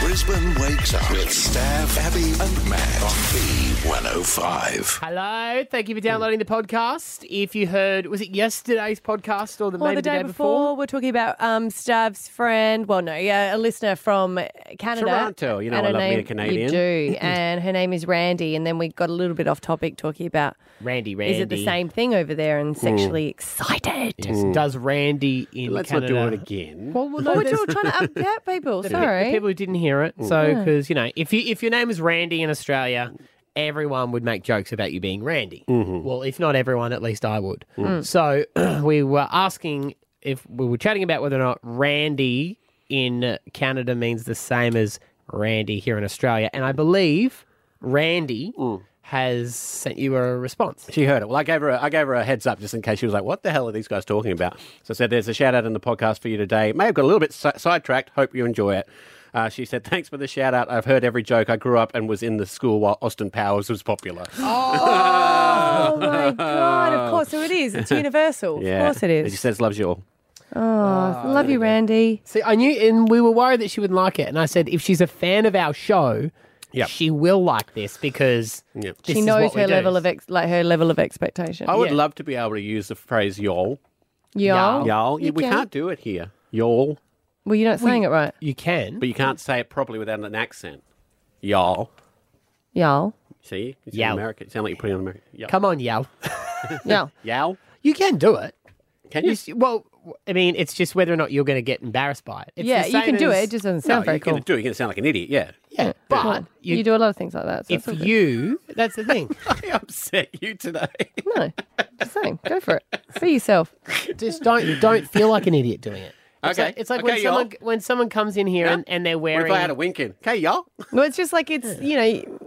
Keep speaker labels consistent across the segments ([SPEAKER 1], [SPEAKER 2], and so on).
[SPEAKER 1] Brisbane wakes up with Stav, Abby, and Matt on B105.
[SPEAKER 2] Hello, thank
[SPEAKER 3] Hmm.
[SPEAKER 2] you for downloading the podcast. If you heard, was it yesterday's podcast or the,
[SPEAKER 4] Well,
[SPEAKER 2] maybe
[SPEAKER 4] the day, before, we're talking about um, Stav's friend. Well, no, yeah, a listener from Canada,
[SPEAKER 3] Toronto. You know
[SPEAKER 4] And
[SPEAKER 3] I
[SPEAKER 4] her
[SPEAKER 3] love me a
[SPEAKER 4] name- You
[SPEAKER 3] Canadian.
[SPEAKER 4] do, and her name is Randy. And then we got a little bit off topic talking about
[SPEAKER 2] Randy, Randy.
[SPEAKER 4] is it the same thing over there and sexually excited?
[SPEAKER 2] Yes, Does Randy in
[SPEAKER 3] Hmm. Let's
[SPEAKER 2] Canada?
[SPEAKER 3] not do it again.
[SPEAKER 2] Well, well,
[SPEAKER 4] Oh,
[SPEAKER 2] no,
[SPEAKER 4] we're
[SPEAKER 2] there's-
[SPEAKER 4] all trying to update people.
[SPEAKER 2] the pe- the
[SPEAKER 4] Sorry.
[SPEAKER 2] people who didn't hear it. So, because you know, if you if your name is Randy in Australia, everyone would make jokes about you being Randy. Well, if not everyone, at least I would.
[SPEAKER 4] Mm.
[SPEAKER 2] So, we were asking if we were chatting about whether or not Randy in Canada means the same as Randy here in Australia, and I believe Randy has sent you a response.
[SPEAKER 3] She heard it. Well, I gave her a, I gave her a heads up just in case she was like, "What the hell are these guys talking about?" So I said, "There's a shout out in the podcast for you today. May have got a little bit si- sidetracked. Hope you enjoy it." Uh, she said, "Thanks for the shout out. I've heard every joke. I grew up and was in the school while Austin Powers was popular."
[SPEAKER 4] oh my god! Of course, so it is. It's universal. Of course, it
[SPEAKER 3] And she
[SPEAKER 4] is.
[SPEAKER 3] says, "Loves you all."
[SPEAKER 2] Ah,
[SPEAKER 4] Oh, love you, Randy.
[SPEAKER 2] See, I knew, and we were worried that she wouldn't like it. And I said, if she's a fan of our show,
[SPEAKER 3] Yep.
[SPEAKER 2] she will like this because
[SPEAKER 3] Yep.
[SPEAKER 2] this
[SPEAKER 4] She
[SPEAKER 2] is
[SPEAKER 4] knows
[SPEAKER 2] what we
[SPEAKER 4] her
[SPEAKER 2] do.
[SPEAKER 4] level of ex- like her level of expectation.
[SPEAKER 3] I would
[SPEAKER 2] Yeah.
[SPEAKER 3] love to be able to use the phrase "y'all."
[SPEAKER 4] y'all.
[SPEAKER 3] Y'all.
[SPEAKER 4] You
[SPEAKER 3] we
[SPEAKER 4] can.
[SPEAKER 3] can't do it here. Y'all,
[SPEAKER 4] Well, you're not saying it right,
[SPEAKER 2] You can.
[SPEAKER 3] but you can't say it properly without an accent. Y'all.
[SPEAKER 4] y'all.
[SPEAKER 3] See, it's
[SPEAKER 2] Y'all.
[SPEAKER 3] American. Sound like you're putting on American. Y'all.
[SPEAKER 2] Come on, yell.
[SPEAKER 4] Yeah.
[SPEAKER 3] Y'all.
[SPEAKER 2] You can do it.
[SPEAKER 3] Can
[SPEAKER 2] You
[SPEAKER 3] you?
[SPEAKER 2] s- well, I mean, it's just whether or not you're going to get embarrassed by it. It's
[SPEAKER 4] yeah,
[SPEAKER 2] the
[SPEAKER 4] you
[SPEAKER 2] same
[SPEAKER 4] can do
[SPEAKER 2] as-
[SPEAKER 4] it. It just doesn't sound
[SPEAKER 3] no,
[SPEAKER 4] very
[SPEAKER 3] you're
[SPEAKER 4] cool.
[SPEAKER 3] gonna do it. You're gonna sound like an idiot. Yeah.
[SPEAKER 2] yeah,
[SPEAKER 4] Come
[SPEAKER 2] but
[SPEAKER 4] on. you,
[SPEAKER 2] you,
[SPEAKER 4] do a lot of things like that. So
[SPEAKER 2] if
[SPEAKER 4] it's all good.
[SPEAKER 2] you, that's the thing.
[SPEAKER 3] I upset you today.
[SPEAKER 4] no, just saying, go for it. See yourself.
[SPEAKER 2] just don't don't feel like an idiot doing it. It's
[SPEAKER 3] Okay.
[SPEAKER 2] like, it's like
[SPEAKER 3] Okay,
[SPEAKER 2] when someone
[SPEAKER 3] y'all.
[SPEAKER 2] when someone comes in here and, and they're
[SPEAKER 3] What
[SPEAKER 2] wearing.
[SPEAKER 3] if I had a wink in? Okay, y'all.
[SPEAKER 4] Well, it's just like it's you know,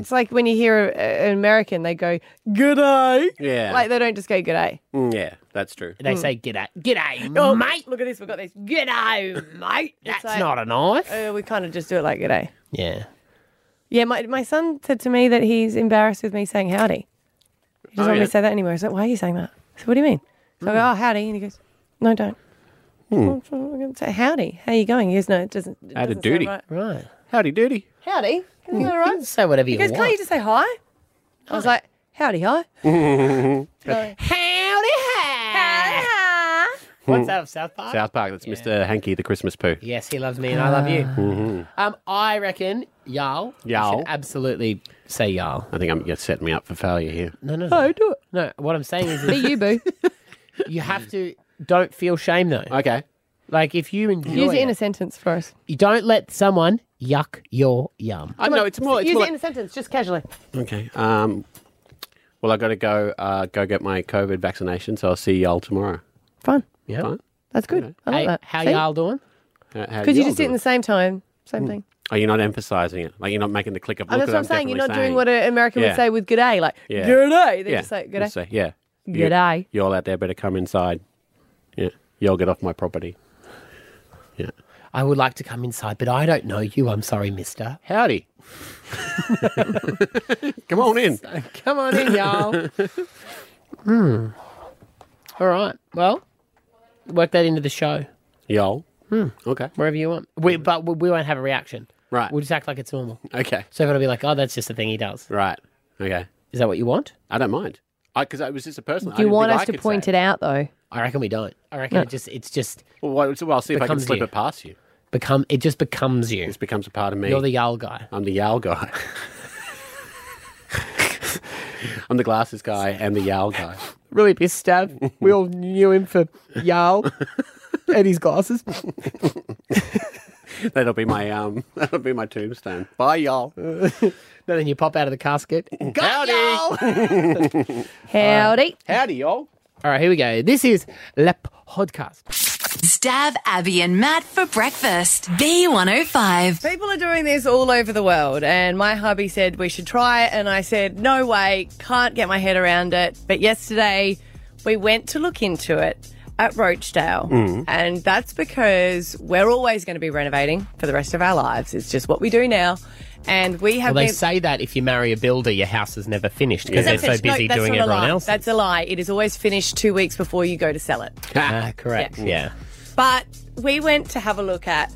[SPEAKER 4] it's like when you hear a, a- an American, they go good day.
[SPEAKER 3] Yeah.
[SPEAKER 4] Like they don't just go good day.
[SPEAKER 3] Mm, yeah, that's true.
[SPEAKER 2] they say, "G'day, g'day,
[SPEAKER 4] Oh,
[SPEAKER 2] mate."
[SPEAKER 4] Look at this, we've got this.
[SPEAKER 2] G'day, mate. That's
[SPEAKER 4] like-
[SPEAKER 2] not a knife.
[SPEAKER 4] Uh, we kind of just do it like good day.
[SPEAKER 2] yeah.
[SPEAKER 4] Yeah, my my son said to me that he's embarrassed with me saying howdy. He doesn't
[SPEAKER 3] Oh,
[SPEAKER 4] want me
[SPEAKER 3] yeah.
[SPEAKER 4] to say that anymore. He's like, why are you saying that? I said, what do you mean? So I go,
[SPEAKER 2] Mm.
[SPEAKER 4] oh howdy, and he goes, no, don't. I'm gonna say howdy. How you going? He goes, no, it doesn't. It
[SPEAKER 3] Howdy
[SPEAKER 4] doesn't sound
[SPEAKER 3] doody.
[SPEAKER 4] right."
[SPEAKER 2] Right.
[SPEAKER 3] Howdy doody.
[SPEAKER 4] Howdy. Isn't that all
[SPEAKER 2] You
[SPEAKER 4] right?
[SPEAKER 2] can say whatever you
[SPEAKER 4] He goes,
[SPEAKER 2] want.
[SPEAKER 4] can't you just say hi? I was like, howdy, hi.
[SPEAKER 2] Howdy, hi. What's that of South Park?
[SPEAKER 3] South Park. That's Mr. Hanky the Christmas poo. Mm-hmm.
[SPEAKER 2] Yes, he loves me and I love you. Um, I reckon, y'all. you
[SPEAKER 3] Y'all.
[SPEAKER 2] should absolutely say y'all.
[SPEAKER 3] I think I'm you're setting me up for failure here.
[SPEAKER 2] No, no, no.
[SPEAKER 4] No, Oh, do it.
[SPEAKER 2] No, what I'm saying is
[SPEAKER 4] Be you, boo.
[SPEAKER 2] you have to, don't feel shame though.
[SPEAKER 3] Okay.
[SPEAKER 2] Like if you enjoy
[SPEAKER 4] Use it
[SPEAKER 2] it,
[SPEAKER 4] in a sentence for us.
[SPEAKER 2] you don't let someone yuck your yum.
[SPEAKER 3] I know it's more. It's
[SPEAKER 4] Use
[SPEAKER 3] more
[SPEAKER 4] it in a sentence, just casually.
[SPEAKER 3] like- okay. Um. Well, I got to go. Uh, go get my COVID vaccination. So I'll see y'all tomorrow.
[SPEAKER 4] Fine.
[SPEAKER 2] Yeah.
[SPEAKER 3] Fine.
[SPEAKER 4] That's good. I like
[SPEAKER 2] Hey,
[SPEAKER 4] that.
[SPEAKER 2] how y'all doing?
[SPEAKER 4] Because you just did it in the same time. Same thing.
[SPEAKER 3] Are you Oh, not emphasizing it? Like you're not making the click of.
[SPEAKER 4] And that's
[SPEAKER 3] look Hmm. at
[SPEAKER 4] what I'm saying. You're not
[SPEAKER 3] definitely
[SPEAKER 4] doing what an American
[SPEAKER 3] Yeah.
[SPEAKER 4] would say with good day. Like,
[SPEAKER 3] Yeah.
[SPEAKER 4] good day. They
[SPEAKER 3] yeah.
[SPEAKER 4] just say good day.
[SPEAKER 3] Just say, "Hmm." yeah.
[SPEAKER 4] Good day.
[SPEAKER 3] Y'all out there better come inside. Yeah. Y'all get off my property. Yeah.
[SPEAKER 2] I would like to come inside, but I don't know you. I'm sorry, mister.
[SPEAKER 3] Howdy. Come on in.
[SPEAKER 2] Come on in, y'all. Hmm.
[SPEAKER 4] Hmm.
[SPEAKER 2] All right. Well, work that into the show Hmm.
[SPEAKER 3] Y'all. Okay.
[SPEAKER 2] wherever you want. We, but we we won't have a reaction.
[SPEAKER 3] Right.
[SPEAKER 2] We'll just act like it's normal.
[SPEAKER 3] Okay.
[SPEAKER 2] So everyone will be like, "Oh, that's just a thing he does."
[SPEAKER 3] Right. Okay.
[SPEAKER 2] Is that what you want?
[SPEAKER 3] I don't mind. I because it was just a personal.
[SPEAKER 4] Do you want us to point it out, though?
[SPEAKER 2] I reckon we don't. I reckon it just it's just
[SPEAKER 3] Well, what- so I'll see if I can
[SPEAKER 2] Becomes
[SPEAKER 3] slip
[SPEAKER 2] you.
[SPEAKER 3] it past you.
[SPEAKER 2] become it just becomes you.
[SPEAKER 3] This becomes a part of me.
[SPEAKER 2] You're the y'all guy.
[SPEAKER 3] I'm the Yal guy. I'm the glasses guy and the Yal guy.
[SPEAKER 2] Really pissed, Stav. we all knew him for y'all and his glasses.
[SPEAKER 3] That'll be my um. That'll be my tombstone. Bye, y'all.
[SPEAKER 2] No, then you pop out of the casket.
[SPEAKER 3] Howdy.
[SPEAKER 4] Howdy.
[SPEAKER 3] Howdy, y'all.
[SPEAKER 2] All right, here we go. This is Lep Podcast.
[SPEAKER 5] Stab Abby and Matt for breakfast. oh, B105.
[SPEAKER 4] People are doing this all over the world, and my hubby said we should try it, and I said, no way, can't get my head around it. But yesterday, we went to look into it at Roachdale,
[SPEAKER 3] Hmm.
[SPEAKER 4] and that's because we're always going to be renovating for the rest of our lives. It's just what we do now, and we have
[SPEAKER 2] Well, they
[SPEAKER 4] been.
[SPEAKER 2] say that if you marry a builder, your house is never finished because
[SPEAKER 4] That's
[SPEAKER 2] they're so
[SPEAKER 4] it. No,
[SPEAKER 2] busy
[SPEAKER 4] that's
[SPEAKER 2] doing
[SPEAKER 4] not a
[SPEAKER 2] everyone
[SPEAKER 4] lie.
[SPEAKER 2] else.
[SPEAKER 4] That's a lie. It is always finished two weeks before you go to sell it.
[SPEAKER 2] ah, correct. Yeah.
[SPEAKER 4] But we went to have a look at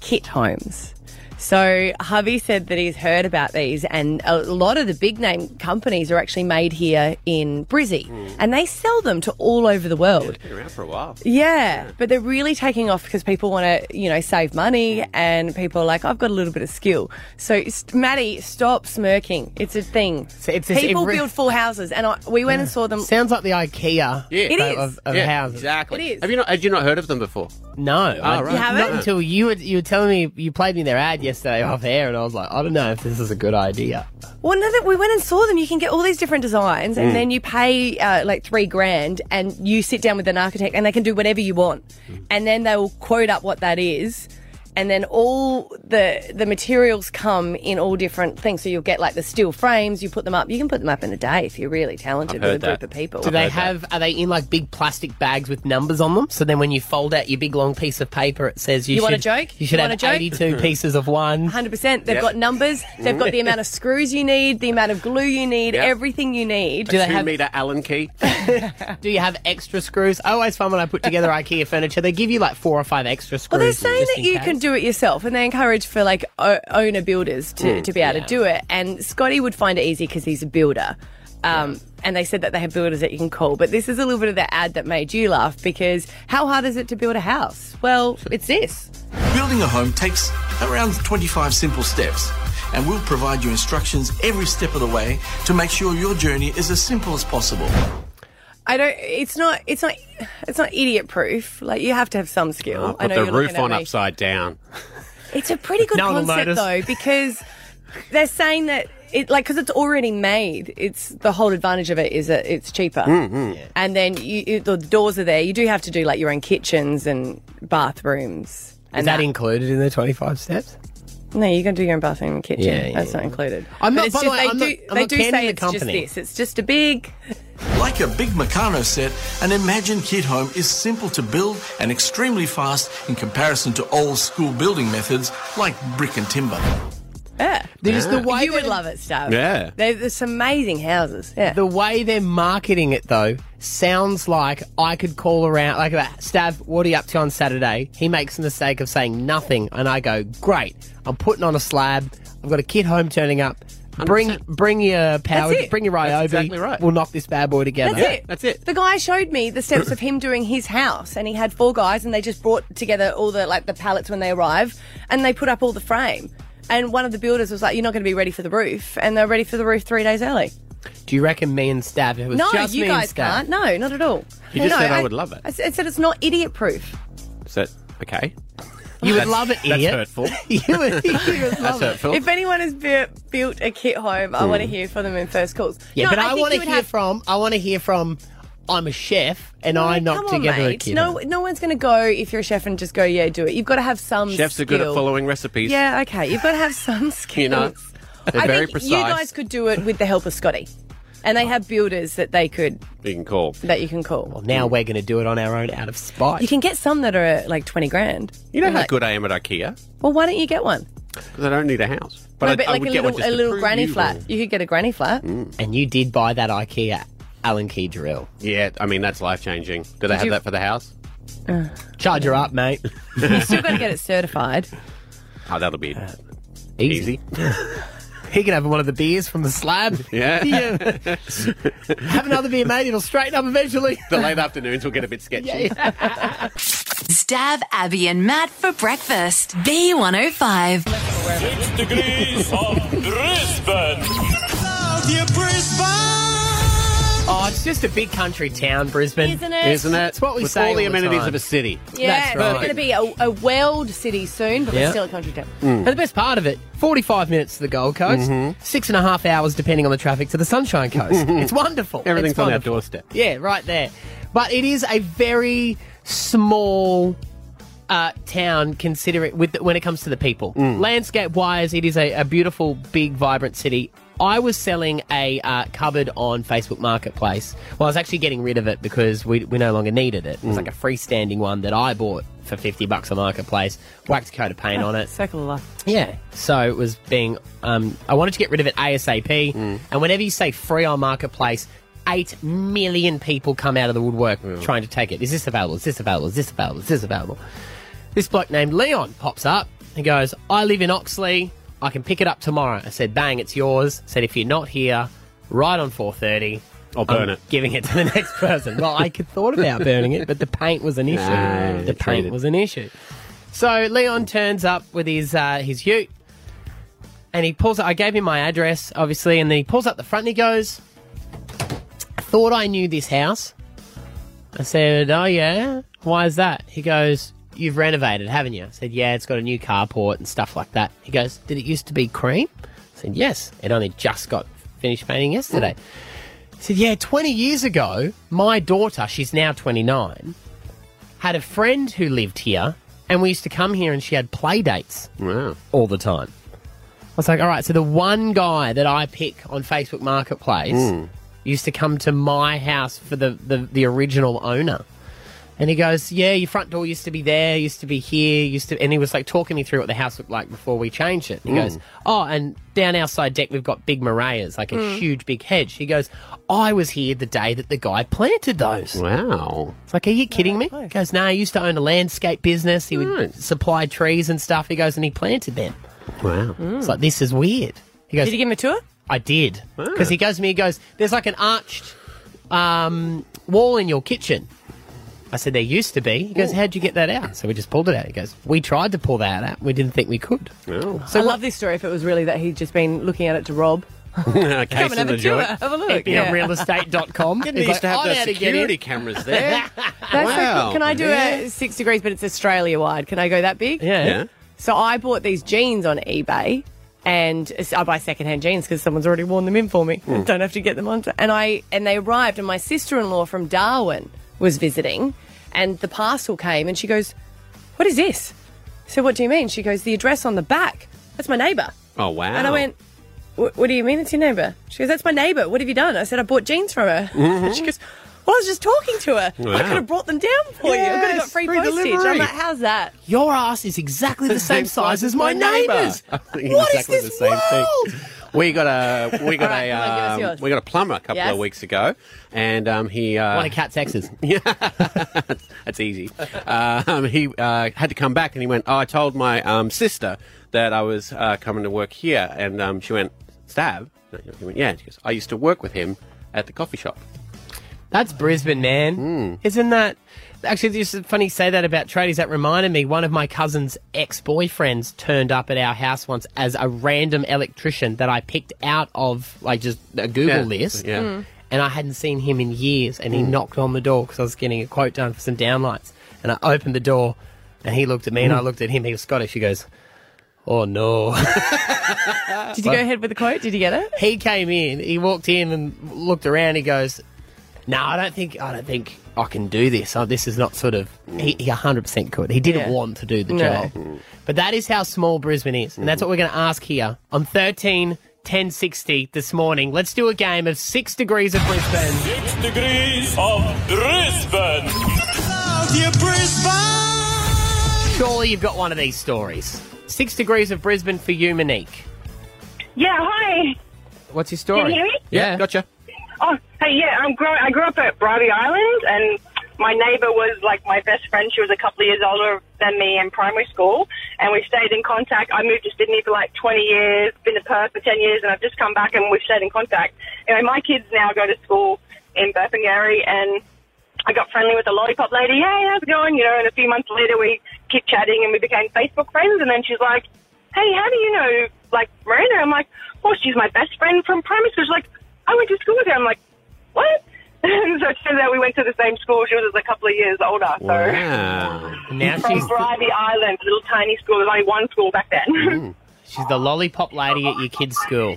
[SPEAKER 4] kit homes. So hubby said that he's heard about these, and a lot of the big name companies are actually made here in Brizzy,
[SPEAKER 2] Hmm.
[SPEAKER 4] and they sell them to all over the world.
[SPEAKER 3] Been around for a while.
[SPEAKER 4] Yeah, but they're really taking off because people want to, you know, save money, and people are like, I've got a little bit of skill. So st- Maddie, stop smirking. It's a thing.
[SPEAKER 2] So it's this-
[SPEAKER 4] people
[SPEAKER 2] it re-
[SPEAKER 4] build full houses, and I, we went and saw them.
[SPEAKER 2] Sounds like the IKEA
[SPEAKER 3] Yeah. It
[SPEAKER 2] of,
[SPEAKER 4] is.
[SPEAKER 2] of, of
[SPEAKER 3] yeah,
[SPEAKER 2] houses.
[SPEAKER 3] Exactly.
[SPEAKER 4] It is.
[SPEAKER 3] Have you not? Had you not heard of them before? Oh,
[SPEAKER 2] No, I-
[SPEAKER 3] right.
[SPEAKER 4] You haven't?
[SPEAKER 2] not until you were you were telling me you played me their ad yesterday off air, and I was like, I don't know if this is a good idea.
[SPEAKER 4] Well, no, that we went and saw them. You can get all these different designs,
[SPEAKER 3] Mm.
[SPEAKER 4] and then you pay uh, like three grand, and you sit down with an architect, and they can do whatever you want,
[SPEAKER 3] Mm.
[SPEAKER 4] and then they will quote up what that is, and then all the the materials come in all different things. So you'll get like the steel frames. You put them up. You can put them up in a day if you're really talented
[SPEAKER 3] I've
[SPEAKER 4] with a
[SPEAKER 3] heard
[SPEAKER 4] group
[SPEAKER 3] that.
[SPEAKER 4] of people.
[SPEAKER 2] Do they
[SPEAKER 3] heard that.
[SPEAKER 2] have? Are they in like big plastic bags with numbers on them? So then when you fold out your big long piece of paper, it says you,
[SPEAKER 4] You
[SPEAKER 2] should,
[SPEAKER 4] want a joke?
[SPEAKER 2] You should
[SPEAKER 4] You
[SPEAKER 2] have
[SPEAKER 4] want a joke?
[SPEAKER 2] eighty-two pieces of one.
[SPEAKER 4] Hundred percent. They've
[SPEAKER 3] Yep.
[SPEAKER 4] got numbers. They've got the amount of screws you need, the amount of glue you need,
[SPEAKER 3] Yep.
[SPEAKER 4] everything you need.
[SPEAKER 2] Do they
[SPEAKER 3] Two
[SPEAKER 2] have?
[SPEAKER 3] meter Allen key.
[SPEAKER 2] Do you have extra screws? I always find when I put together IKEA furniture, they give you like four or five extra screws.
[SPEAKER 4] Well, they're saying
[SPEAKER 2] just
[SPEAKER 4] that
[SPEAKER 2] in
[SPEAKER 4] you
[SPEAKER 2] case.
[SPEAKER 4] can do it yourself, and they encourage for like o- owner builders to,
[SPEAKER 2] Mm,
[SPEAKER 4] to be able to do it. And Scotty would find it easy because he's a builder. Um, And they said that they have builders that you can call. But this is a little bit of the ad that made you laugh because how hard is it to build a house? Well, it's this.
[SPEAKER 6] Building a home takes around 25 simple steps, and we'll provide you instructions every step of the way to make sure your journey is as simple as possible.
[SPEAKER 4] I don't. It's not. It's not. It's not idiot proof. Like you have to have some skill. I
[SPEAKER 3] Oh, Put
[SPEAKER 4] know
[SPEAKER 3] the
[SPEAKER 4] you're
[SPEAKER 3] roof
[SPEAKER 4] looking at
[SPEAKER 3] on
[SPEAKER 4] me.
[SPEAKER 3] upside down.
[SPEAKER 4] It's a pretty good
[SPEAKER 2] No one will
[SPEAKER 4] concept
[SPEAKER 2] notice.
[SPEAKER 4] though because they're saying that it like because it's already made. It's the whole advantage of it is that it's cheaper,
[SPEAKER 2] Mm-hmm.
[SPEAKER 3] Mm-hmm.
[SPEAKER 4] and then you, you, the doors are there. You do have to do like your own kitchens and bathrooms.
[SPEAKER 2] Is
[SPEAKER 4] And
[SPEAKER 2] that included in the twenty-five steps?
[SPEAKER 4] no, you can do your own bathroom and kitchen.
[SPEAKER 2] Yeah, yeah,
[SPEAKER 4] That's not included.
[SPEAKER 2] I'm
[SPEAKER 4] But
[SPEAKER 2] not-
[SPEAKER 4] it's
[SPEAKER 2] by the
[SPEAKER 4] just-
[SPEAKER 2] way,
[SPEAKER 4] they
[SPEAKER 2] I'm
[SPEAKER 4] do,
[SPEAKER 2] not- I'm
[SPEAKER 4] they
[SPEAKER 2] not
[SPEAKER 4] do
[SPEAKER 2] canning
[SPEAKER 4] say
[SPEAKER 2] the
[SPEAKER 4] it's
[SPEAKER 2] company.
[SPEAKER 4] just this. It's just a big.
[SPEAKER 6] Like a big Meccano set, an Imagine Kid home is simple to build and extremely fast in comparison to old school building methods like brick and timber.
[SPEAKER 4] Yeah.
[SPEAKER 2] There's the way
[SPEAKER 4] you would
[SPEAKER 2] that-
[SPEAKER 4] love it, Stav.
[SPEAKER 3] Yeah.
[SPEAKER 4] They're, there's some amazing houses. Yeah.
[SPEAKER 2] The way they're marketing it though sounds like I could call around like Stav, what are you up to on Saturday? He makes the mistake of saying nothing and I go, Great, I'm putting on a slab, I've got a kid home turning up. Bring bring your power
[SPEAKER 4] That's it.
[SPEAKER 2] bring your IOB.
[SPEAKER 3] exactly right.
[SPEAKER 2] We'll knock this bad boy together.
[SPEAKER 4] That's it.
[SPEAKER 3] that's it.
[SPEAKER 4] The guy showed me the steps of him doing his house, and he had four guys, and they just brought together all the like the pallets when they arrive, and they put up all the frame. And one of the builders was like, "You're not going to be ready for the roof," and they're ready for the roof three days early.
[SPEAKER 2] Do you reckon me and Stav it was
[SPEAKER 4] No,
[SPEAKER 2] just
[SPEAKER 4] you
[SPEAKER 2] me
[SPEAKER 4] guys
[SPEAKER 2] and Stav?
[SPEAKER 4] can't. No, not at all.
[SPEAKER 3] You just
[SPEAKER 4] No,
[SPEAKER 3] said I would love it.
[SPEAKER 4] I, s- I said it's not idiot proof.
[SPEAKER 3] So okay,
[SPEAKER 2] You would love it,
[SPEAKER 3] that's
[SPEAKER 2] idiot.
[SPEAKER 3] hurtful.
[SPEAKER 2] you would, you would
[SPEAKER 3] That's
[SPEAKER 2] love it.
[SPEAKER 3] hurtful.
[SPEAKER 4] If anyone has built, built a kit home, I want to hear from them in first calls.
[SPEAKER 2] Hmm. Yeah,
[SPEAKER 4] No,
[SPEAKER 2] but I,
[SPEAKER 4] think
[SPEAKER 2] want
[SPEAKER 4] you
[SPEAKER 2] to
[SPEAKER 4] would
[SPEAKER 2] hear
[SPEAKER 4] have-
[SPEAKER 2] from I want to hear from I'm a chef and I
[SPEAKER 4] Like,
[SPEAKER 2] knocked
[SPEAKER 4] come on,
[SPEAKER 2] together a
[SPEAKER 4] mates.
[SPEAKER 2] kid.
[SPEAKER 4] No, no one's going to go if you're a chef and just go, yeah, do it. You've got to have some.
[SPEAKER 3] Chefs are good at
[SPEAKER 4] skill.
[SPEAKER 3] following recipes.
[SPEAKER 4] Yeah, okay. You've got to have some skills.
[SPEAKER 3] You know, they're
[SPEAKER 4] I
[SPEAKER 3] very
[SPEAKER 4] think
[SPEAKER 3] precise.
[SPEAKER 4] you guys could do it with the help of Scotty, and
[SPEAKER 2] Oh.
[SPEAKER 4] they have builders that they could
[SPEAKER 3] you can call.
[SPEAKER 4] that you can call.
[SPEAKER 2] Now we're going to do it on our own out of spite.
[SPEAKER 4] You can get some that are like twenty grand.
[SPEAKER 3] You know how
[SPEAKER 4] Like-
[SPEAKER 3] good I am at IKEA
[SPEAKER 4] Well, why don't you get one?
[SPEAKER 3] because I don't need a house, but
[SPEAKER 4] No,
[SPEAKER 3] I,
[SPEAKER 4] but
[SPEAKER 3] I
[SPEAKER 4] like
[SPEAKER 3] would
[SPEAKER 4] a
[SPEAKER 3] get one
[SPEAKER 4] little
[SPEAKER 3] just
[SPEAKER 4] a
[SPEAKER 3] to
[SPEAKER 4] little
[SPEAKER 3] prove
[SPEAKER 4] granny
[SPEAKER 3] you
[SPEAKER 4] flat.
[SPEAKER 3] wrong.
[SPEAKER 4] You could get a granny flat.
[SPEAKER 3] Mm.
[SPEAKER 2] and you did buy that IKEA Allen key drill.
[SPEAKER 3] Yeah, I mean that's life changing. Do they have
[SPEAKER 4] you-
[SPEAKER 3] that for the house?
[SPEAKER 2] Charge her up, mate.
[SPEAKER 4] You still got to get it certified.
[SPEAKER 3] Oh, that'll be
[SPEAKER 2] Easy.
[SPEAKER 3] easy.
[SPEAKER 2] He can have one of the beers from the slab.
[SPEAKER 3] Yeah.
[SPEAKER 2] Yeah. have another beer, mate. It'll straighten up eventually.
[SPEAKER 3] the late afternoons will get a bit sketchy.
[SPEAKER 5] Stab Abby and Matt for breakfast. B105.
[SPEAKER 7] degrees of Brisbane.
[SPEAKER 2] Oh, it's just a big country town, Brisbane.
[SPEAKER 4] Isn't it?
[SPEAKER 3] Isn't it?
[SPEAKER 2] It's what we
[SPEAKER 3] With
[SPEAKER 2] say
[SPEAKER 3] all the
[SPEAKER 2] all the
[SPEAKER 3] amenities
[SPEAKER 2] time.
[SPEAKER 3] of a city.
[SPEAKER 4] Yeah,
[SPEAKER 2] That's
[SPEAKER 4] it's
[SPEAKER 2] right.
[SPEAKER 4] going to be a, a welled city soon, but
[SPEAKER 2] Yeah.
[SPEAKER 4] it's still a country town.
[SPEAKER 3] Mm.
[SPEAKER 2] But the best part of it, 45 minutes to the Gold Coast,
[SPEAKER 3] Mm-hmm.
[SPEAKER 2] six and a half hours depending on the traffic to the Sunshine Coast. It's wonderful.
[SPEAKER 3] Everything's
[SPEAKER 2] It's
[SPEAKER 3] on our
[SPEAKER 2] wonderful.
[SPEAKER 3] doorstep.
[SPEAKER 2] Yeah, right there. But it is a very small uh, town, considering with when it comes to the people. Landscape wise, it is a, a beautiful, big, vibrant city. I was selling a uh, cupboard on Facebook Marketplace. Well, I was actually getting rid of it because we, we no longer needed it. It was like a freestanding one that I bought for 50 bucks on Marketplace, whacked a coat of paint on it.
[SPEAKER 4] Oh, Circle of life.
[SPEAKER 2] Yeah. So it was being. Um, I wanted to get rid of it ASAP.
[SPEAKER 3] Mm.
[SPEAKER 2] And whenever you say free on marketplace, eight million people come out of the woodwork trying to take it. Is this available? Is this available? Is this available? Is this available? This bloke named Leon pops up. He goes, I live in Oxley. I can pick it up tomorrow. I said, bang, it's yours. said, if you're not here, right on 4.30.
[SPEAKER 3] I'll burn
[SPEAKER 2] I'm
[SPEAKER 3] it.
[SPEAKER 2] Giving it to the next person. well, I could thought about burning it, but the paint was an issue.
[SPEAKER 3] No,
[SPEAKER 2] the
[SPEAKER 3] you
[SPEAKER 2] paint
[SPEAKER 3] cheated.
[SPEAKER 2] was an issue. So Leon turns up with his uh, his ute, and he pulls. Up, I gave him my address, obviously, and then he pulls up the front and he goes, "I thought I knew this house." I said, "Oh yeah, why is that?" He goes, "You've renovated, haven't you?" I said, "Yeah, it's got a new carport and stuff like that." He goes, "Did it used to be cream?" I said, "Yes, it only just got finished painting yesterday." He said, "Yeah, 20 years ago, my daughter, she's now 29, had a friend who lived here, and we used to come here, and she had play dates
[SPEAKER 3] Wow.
[SPEAKER 2] all the time." I was like, "All right, so the one guy that I pick on Facebook Marketplace." used to come to my house for the, the, the original owner. And he goes, Yeah, your front door used to be there, used to be here, used to. And he was like talking me through what the house looked like before we changed it. He goes, Oh, and down our side deck, we've got big mareas, like a
[SPEAKER 4] Mm.
[SPEAKER 2] huge big hedge. He goes, I was here the day that the guy planted those.
[SPEAKER 3] Wow.
[SPEAKER 2] It's like, are you kidding me? He goes, no, he used to own a landscape business. He would
[SPEAKER 3] Nice.
[SPEAKER 2] supply trees and stuff. He goes, and he planted them.
[SPEAKER 3] Wow.
[SPEAKER 2] It's like, this is weird. He goes,
[SPEAKER 4] Did you give him a tour?
[SPEAKER 2] I did because he goes to me. He goes, "There's like an arched um, wall in your kitchen." I said, "There used to be." He goes, "How'd you get that out?" So we just pulled it out. He goes, "We tried to pull that out. We didn't think we could."
[SPEAKER 4] So I love this story if it was really that he'd just been looking at it to rob.
[SPEAKER 3] A case
[SPEAKER 4] Come and have a tour. Have a look.
[SPEAKER 2] It'd be
[SPEAKER 4] Yeah.
[SPEAKER 2] on realestate.com.
[SPEAKER 3] Didn't
[SPEAKER 2] He's
[SPEAKER 3] they used to
[SPEAKER 2] "I
[SPEAKER 3] have
[SPEAKER 2] know
[SPEAKER 3] those
[SPEAKER 2] how to get
[SPEAKER 3] security
[SPEAKER 2] in."
[SPEAKER 3] cameras there?
[SPEAKER 4] That's so
[SPEAKER 3] Wow.
[SPEAKER 4] cool. Can I do a six degrees, but it's Australia wide? Can I go that big?
[SPEAKER 2] Yeah.
[SPEAKER 3] yeah.
[SPEAKER 4] So I bought these jeans on eBay, and I buy secondhand jeans because someone's already worn them in for me. I Don't have to get them on. And I and they arrived, and my sister-in-law from Darwin was visiting, and the parcel came, and she goes, "What is this?" So what do you mean? She goes, "The address on the back. That's my neighbour."
[SPEAKER 3] Oh wow.
[SPEAKER 4] And I went, "Wh- What do you mean it's your neighbour? She goes, That's my neighbour. What have you done? I said, I bought jeans from her. And she goes, Well, I was just talking to her.
[SPEAKER 3] Mm-hmm. Wow.
[SPEAKER 4] I could have brought them down for you. I could have got
[SPEAKER 3] Yes,
[SPEAKER 4] free,
[SPEAKER 3] free
[SPEAKER 4] postage.
[SPEAKER 3] delivery.
[SPEAKER 4] I'm like, How's that?
[SPEAKER 2] Your ass is exactly the same size as my neighbour's.
[SPEAKER 3] I think
[SPEAKER 2] What is
[SPEAKER 3] exactly
[SPEAKER 2] this
[SPEAKER 3] the same thing.
[SPEAKER 2] world?
[SPEAKER 3] We got a we got
[SPEAKER 4] All right,
[SPEAKER 3] a
[SPEAKER 4] come on, give us
[SPEAKER 3] um,
[SPEAKER 4] yours.
[SPEAKER 3] we got a plumber a couple
[SPEAKER 4] Yes.
[SPEAKER 3] of weeks ago, and um, he
[SPEAKER 2] One
[SPEAKER 3] uh,
[SPEAKER 2] of cat's exes.
[SPEAKER 3] that's easy. um, he uh, had to come back, and he went. Oh, I told my um, sister that I was uh, coming to work here, and um, she went, "Stab." And He went, "Yeah." And she goes, "I used to work with him at the coffee shop."
[SPEAKER 2] That's Brisbane, man.
[SPEAKER 3] Hmm.
[SPEAKER 2] Isn't that actually it's just funny you say that about tradies? That reminded me, one of my cousin's ex boyfriends turned up at our house once as a random electrician that I picked out of like just a Google
[SPEAKER 3] Yeah.
[SPEAKER 2] list.
[SPEAKER 3] Yeah. Hmm. Mm.
[SPEAKER 2] And I hadn't seen him in years, and he knocked on the door because I was getting a quote done for some downlights. And I opened the door, and he looked at me, and
[SPEAKER 3] Hmm.
[SPEAKER 2] I looked at him. He was Scottish. He goes, "Oh no."
[SPEAKER 4] Did you go ahead with the quote? Did you get it?
[SPEAKER 2] he came in, he walked in and looked around. He goes, "No, I don't think I don't think I can do this. Oh, this is not sort of he he 100% could. He didn't
[SPEAKER 4] Yeah.
[SPEAKER 2] want to do the
[SPEAKER 4] No.
[SPEAKER 2] job, but that is how small Brisbane is, and that's what we're going to ask here on 13 1060 this morning. Let's do a game of six degrees of Brisbane.
[SPEAKER 7] Six degrees of Brisbane.
[SPEAKER 2] Surely you've got one of these stories. Six degrees of Brisbane for you, Monique.
[SPEAKER 8] Yeah, hi.
[SPEAKER 2] What's your story?
[SPEAKER 8] Can you hear me?
[SPEAKER 2] Yeah,
[SPEAKER 3] gotcha.
[SPEAKER 8] Oh, hey, yeah, I'm grow- I grew up at Bribey Island, and my neighbour was like my best friend. She was a couple of years older than me in primary school, and we stayed in contact. I moved to Sydney for like 20 years, been to Perth for 10 years, and I've just come back and we've stayed in contact. Anyway, my kids now go to school in Burpengary, and I got friendly with the lollipop lady. Hey, how's it going? You know, and a few months later, we keep chatting and we became Facebook friends. And then she's like, Hey, how do you know, like, Miranda? I'm like, Well, she's my best friend from primary school. She's like, I went to school with her. I'm like, What? And so it turns out we went to the same school. She was a couple of years older. So
[SPEAKER 3] Wow.
[SPEAKER 2] now
[SPEAKER 8] from
[SPEAKER 2] she's
[SPEAKER 8] Bribey Island, little tiny school. There's only one school back then.
[SPEAKER 3] Mm,
[SPEAKER 2] she's the lollipop lady at your kid's school.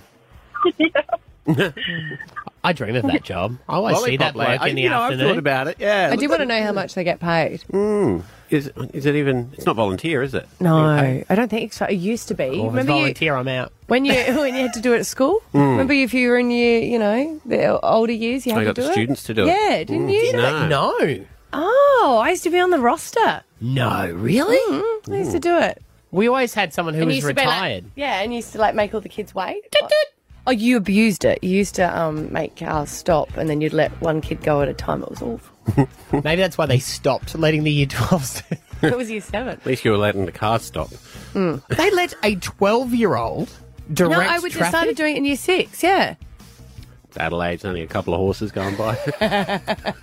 [SPEAKER 2] I dream of that job. I always see that
[SPEAKER 3] Lollipop lady.
[SPEAKER 2] bloke
[SPEAKER 3] I-
[SPEAKER 2] in the
[SPEAKER 3] you know,
[SPEAKER 2] afternoon.
[SPEAKER 3] I've thought about it. Yeah.
[SPEAKER 4] I do want to know how much they get paid.
[SPEAKER 3] Mm. Is is it even? It's not volunteer, is it?
[SPEAKER 4] No, I don't think so. It used to be.
[SPEAKER 2] Oh, if it's
[SPEAKER 4] Remember you,
[SPEAKER 2] volunteer, I'm out.
[SPEAKER 4] when you when you had to do it at school?
[SPEAKER 3] Mm.
[SPEAKER 4] Remember if you were in your you know the older years, you had
[SPEAKER 3] I Oh, got
[SPEAKER 4] to do
[SPEAKER 3] the
[SPEAKER 4] it.
[SPEAKER 3] students to do it. Mm,
[SPEAKER 4] Yeah, didn't you?
[SPEAKER 3] No.
[SPEAKER 2] No.
[SPEAKER 4] Oh, I used to be on the roster.
[SPEAKER 2] No, really?
[SPEAKER 4] Mm-hmm. I used to do it.
[SPEAKER 2] We always had someone who
[SPEAKER 4] And you
[SPEAKER 2] was
[SPEAKER 4] used to be like-
[SPEAKER 2] retired.
[SPEAKER 4] yeah, and you used to like make all the kids wait. Oh, you abused it. You used to um, make us stop, and then you'd let one kid go at a time. It was awful.
[SPEAKER 2] Maybe that's why they stopped letting the year 12s do
[SPEAKER 4] It was year seven.
[SPEAKER 3] At least you were letting the car stop.
[SPEAKER 2] Mm. They let a 12 year old direct
[SPEAKER 4] No, I would just
[SPEAKER 2] traffic.
[SPEAKER 4] started doing it in year six. Yeah.
[SPEAKER 3] Adelaide's only a couple of horses going by.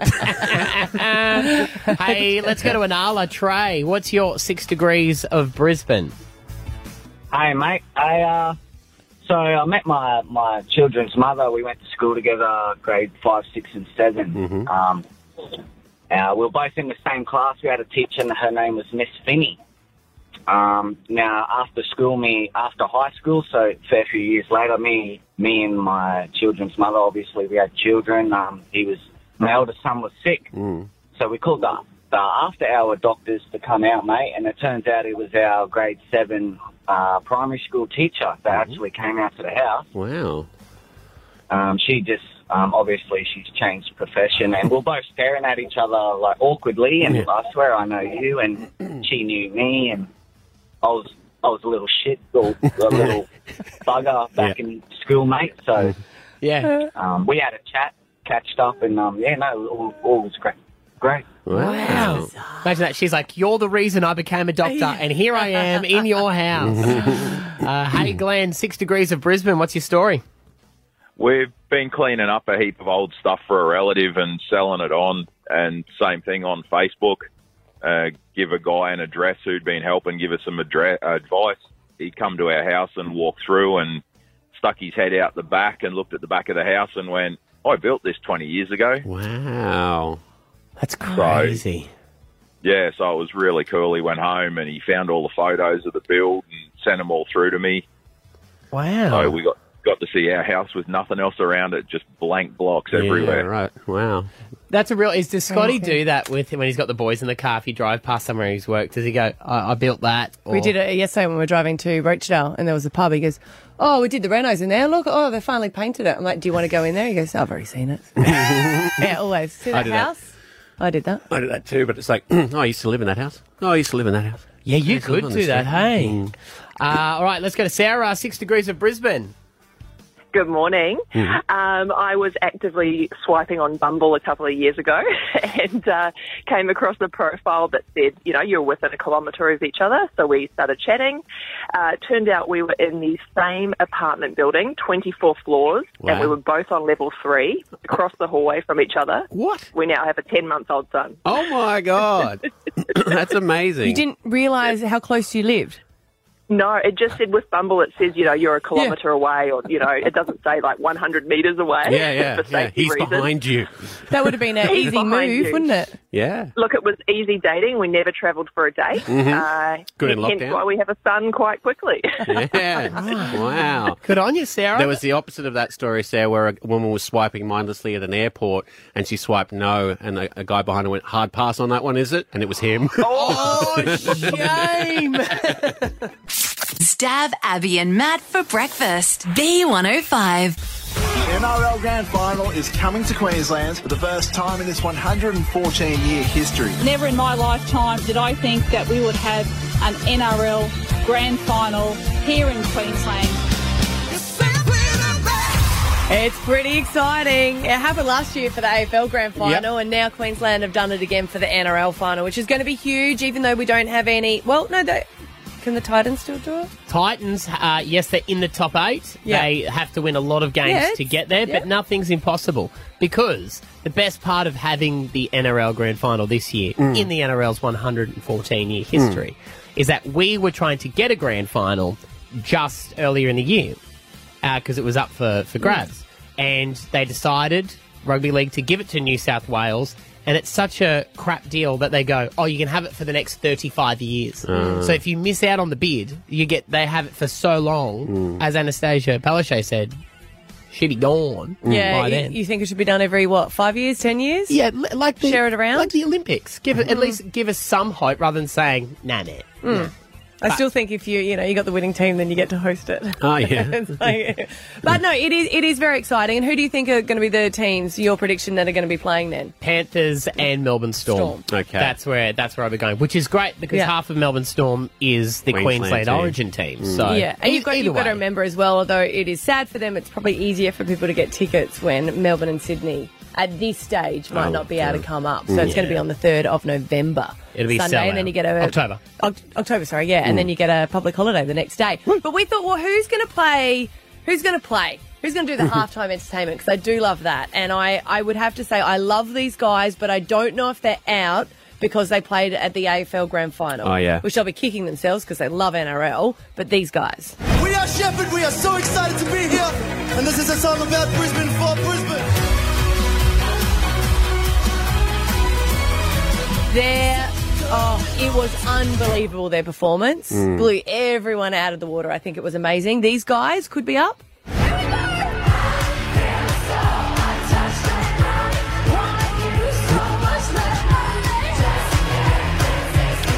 [SPEAKER 2] hey, let's go to Anala. Trey, what's your six degrees of Brisbane?
[SPEAKER 9] Hey, mate. I uh, so I met my my children's mother. We went to school together, grade five, six, and 7 Um, uh, we were both in the same class. We had a teacher, and her name was Miss Finney. Um, now, after school, me after high school, so a fair few years later, me me and my children's mother. Obviously, we had children. Um, he was my eldest son was sick,
[SPEAKER 3] Hmm.
[SPEAKER 9] so we called the the after hour doctors to come out, mate. And it turns out it was our grade seven uh, primary school teacher that actually came out to the house.
[SPEAKER 3] wow.
[SPEAKER 9] Um, she just um, obviously she's changed profession, and we're both staring at each other like awkwardly. And I swear I know you, and she knew me, and I was I was a little shit, little, a little bugger back in school, mate. So
[SPEAKER 2] Yeah.
[SPEAKER 9] um, we had a chat, catched up, and um, yeah, no, all, all was great. Great.
[SPEAKER 3] Wow.
[SPEAKER 2] Imagine that. She's like, You're the reason I became a doctor, and here I am in your house. uh, hey, Glenn, six degrees of Brisbane. What's your story?
[SPEAKER 10] We've been cleaning up a heap of old stuff for a relative and selling it on, and same thing on Facebook. Uh, give a guy an address who'd been helping give us some address, advice. He'd come to our house and walked through and stuck his head out the back and looked at the back of the house and went, I built this 20 years ago.
[SPEAKER 3] Wow.
[SPEAKER 2] That's crazy.
[SPEAKER 10] Yeah, so it was really cool. He went home and he found all the photos of the build and sent them all through to me.
[SPEAKER 2] Wow.
[SPEAKER 10] So we got got to see our house with nothing else around it, just blank blocks everywhere.
[SPEAKER 3] Yeah, right. Wow.
[SPEAKER 2] That's a real. Is
[SPEAKER 4] Oh,
[SPEAKER 2] does Scotty do that with when he's got the boys in the car? If you drive past somewhere he's worked, does he go, "I, I built that"?
[SPEAKER 4] We did it yesterday when we were driving to Roachdale and there was a pub. He goes, Oh, we did the renos in there. Look, oh, they finally painted it. I'm like, Do you want to go in there? He goes, I've already seen it. yeah, always. See that
[SPEAKER 3] do that.
[SPEAKER 4] house? I did that.
[SPEAKER 3] I did that too, but it's like, oh, I used to live in that house. No, I used to live in that house.
[SPEAKER 2] Yeah, you
[SPEAKER 3] Yes, Hmm.
[SPEAKER 2] could
[SPEAKER 3] I'm
[SPEAKER 2] do that.
[SPEAKER 3] understanding.
[SPEAKER 2] Hey. Uh, all right, let's go to Sarah. Six degrees of Brisbane.
[SPEAKER 8] Good morning.
[SPEAKER 3] Mm-hmm.
[SPEAKER 8] Um, I was actively swiping on Bumble a couple of years ago and uh, came across a profile that said, you know, you're within a kilometre of each other. So we started chatting. Uh, it turned out we were in the same apartment building, 24 floors,
[SPEAKER 3] Wow.
[SPEAKER 8] and we were both on level three across the hallway from each other.
[SPEAKER 3] What?
[SPEAKER 8] We now have a 10 month old son.
[SPEAKER 3] Oh my god, that's amazing.
[SPEAKER 4] You didn't realise how close you lived.
[SPEAKER 8] No, it just said with Bumble, it says, you know, you're a kilometre away or, you know, it doesn't say like 100 metres away.
[SPEAKER 3] Yeah, yeah,
[SPEAKER 8] for
[SPEAKER 3] yeah.
[SPEAKER 8] safety
[SPEAKER 3] He's
[SPEAKER 8] reasons.
[SPEAKER 3] behind you.
[SPEAKER 4] That would have been an easy
[SPEAKER 8] behind
[SPEAKER 4] move,
[SPEAKER 8] you.
[SPEAKER 4] wouldn't it?
[SPEAKER 3] Yeah.
[SPEAKER 8] Look, it was easy dating. We never travelled for a date. Uh,
[SPEAKER 3] Mm-hmm. Good in
[SPEAKER 8] hence
[SPEAKER 3] lockdown.
[SPEAKER 8] why we have a son quite quickly.
[SPEAKER 9] Ah.
[SPEAKER 3] Yeah. wow.
[SPEAKER 2] Good on you, Sarah.
[SPEAKER 3] There was the opposite of that story, Sarah, where a woman was swiping mindlessly at an airport and she swiped no, and a, a guy behind her went, hard pass on that one, is it? And it was him.
[SPEAKER 2] oh shame.
[SPEAKER 5] Stab Abby and Matt for breakfast. B105.
[SPEAKER 11] NRL Grand Final is coming to Queensland for the first time in its 114 year history.
[SPEAKER 9] Never in my lifetime did I think that we would have an NRL grand final here in Queensland.
[SPEAKER 4] It's pretty exciting. It happened last year for the AFL Grand Final, and now Queensland have done it again for the NRL Final, which is going to be huge, even though we don't have any. Well, no, they, can the Titans still do it?
[SPEAKER 2] Titans, uh, yes, they're in the top eight.
[SPEAKER 4] Yeah.
[SPEAKER 2] They have to win a lot of games
[SPEAKER 4] Yeah, it's-
[SPEAKER 2] to get there,
[SPEAKER 4] yeah.
[SPEAKER 2] but nothing's impossible because the best part of having the NRL Grand Final this year
[SPEAKER 4] Mm.
[SPEAKER 2] in the NRL's 114 year history is that we were trying to get a Grand Final just earlier in the year because it was up for,
[SPEAKER 4] Mm.
[SPEAKER 2] for grabs. And they decided, Rugby League, to give it to New South Wales. And it's such a crap deal that they go, oh, you can have it for the next 35 years.
[SPEAKER 3] Mm.
[SPEAKER 2] So if you miss out on the bid, you get they have it for so long.
[SPEAKER 3] Mm.
[SPEAKER 2] As Anastasia Palaszczuk said, she'd be gone
[SPEAKER 3] Mm.
[SPEAKER 4] Yeah,
[SPEAKER 2] by
[SPEAKER 4] you,
[SPEAKER 2] Mm. then.
[SPEAKER 4] you think it should be done every what? Five years, ten years?
[SPEAKER 2] yeah, li- like the,
[SPEAKER 4] Share it around? Mm-hmm.
[SPEAKER 2] like the Olympics. Give it at least give us some hope rather than saying nah, nah.
[SPEAKER 4] Mm. Hmm. I still think if you you know you got the winning team, then you get to host it.
[SPEAKER 3] oh, yeah.
[SPEAKER 4] It's like- but no, it is it is very exciting. And who do you think are going to be the teams? Your prediction that are going to be playing then?
[SPEAKER 2] Panthers and Melbourne Storm.
[SPEAKER 3] Storm. Okay.
[SPEAKER 2] that's where that's where I'll be going, which is great because
[SPEAKER 4] Yeah.
[SPEAKER 2] half of Melbourne Storm is the Queensland,
[SPEAKER 3] Queensland team.
[SPEAKER 2] Origin team. So e-
[SPEAKER 4] Yeah, and you've got
[SPEAKER 2] either
[SPEAKER 4] you've got to
[SPEAKER 2] way.
[SPEAKER 4] remember as well. Although it is sad for them, it's probably easier for people to get tickets when Melbourne and Sydney at this stage might
[SPEAKER 2] Oh,
[SPEAKER 4] not be able to come up. So
[SPEAKER 2] Mm.
[SPEAKER 4] it's going to be
[SPEAKER 2] Yeah.
[SPEAKER 4] on the 3rd of November.
[SPEAKER 2] It'll be
[SPEAKER 4] Sunday,
[SPEAKER 2] sellout.
[SPEAKER 4] and then you get a
[SPEAKER 2] October.
[SPEAKER 4] Oct- October, sorry, yeah, and then
[SPEAKER 12] Mm.
[SPEAKER 4] you get a public holiday the next day. But we thought, well, who's going to play? Who's going to play? Who's going to do the halftime entertainment? Because I do love that, and I I would have to say I love these guys, but I don't know if they're out because they played at the AFL Grand Final.
[SPEAKER 12] Oh, yeah.
[SPEAKER 4] which they'll be kicking themselves because they love NRL. But these guys,
[SPEAKER 12] We are Shepherd. We are so excited to be here, and this is a song about Brisbane for Brisbane.
[SPEAKER 4] Their oh, it was unbelievable their performance.
[SPEAKER 12] Mm.
[SPEAKER 4] Blew everyone out of the water. I think it was amazing. These guys could be up.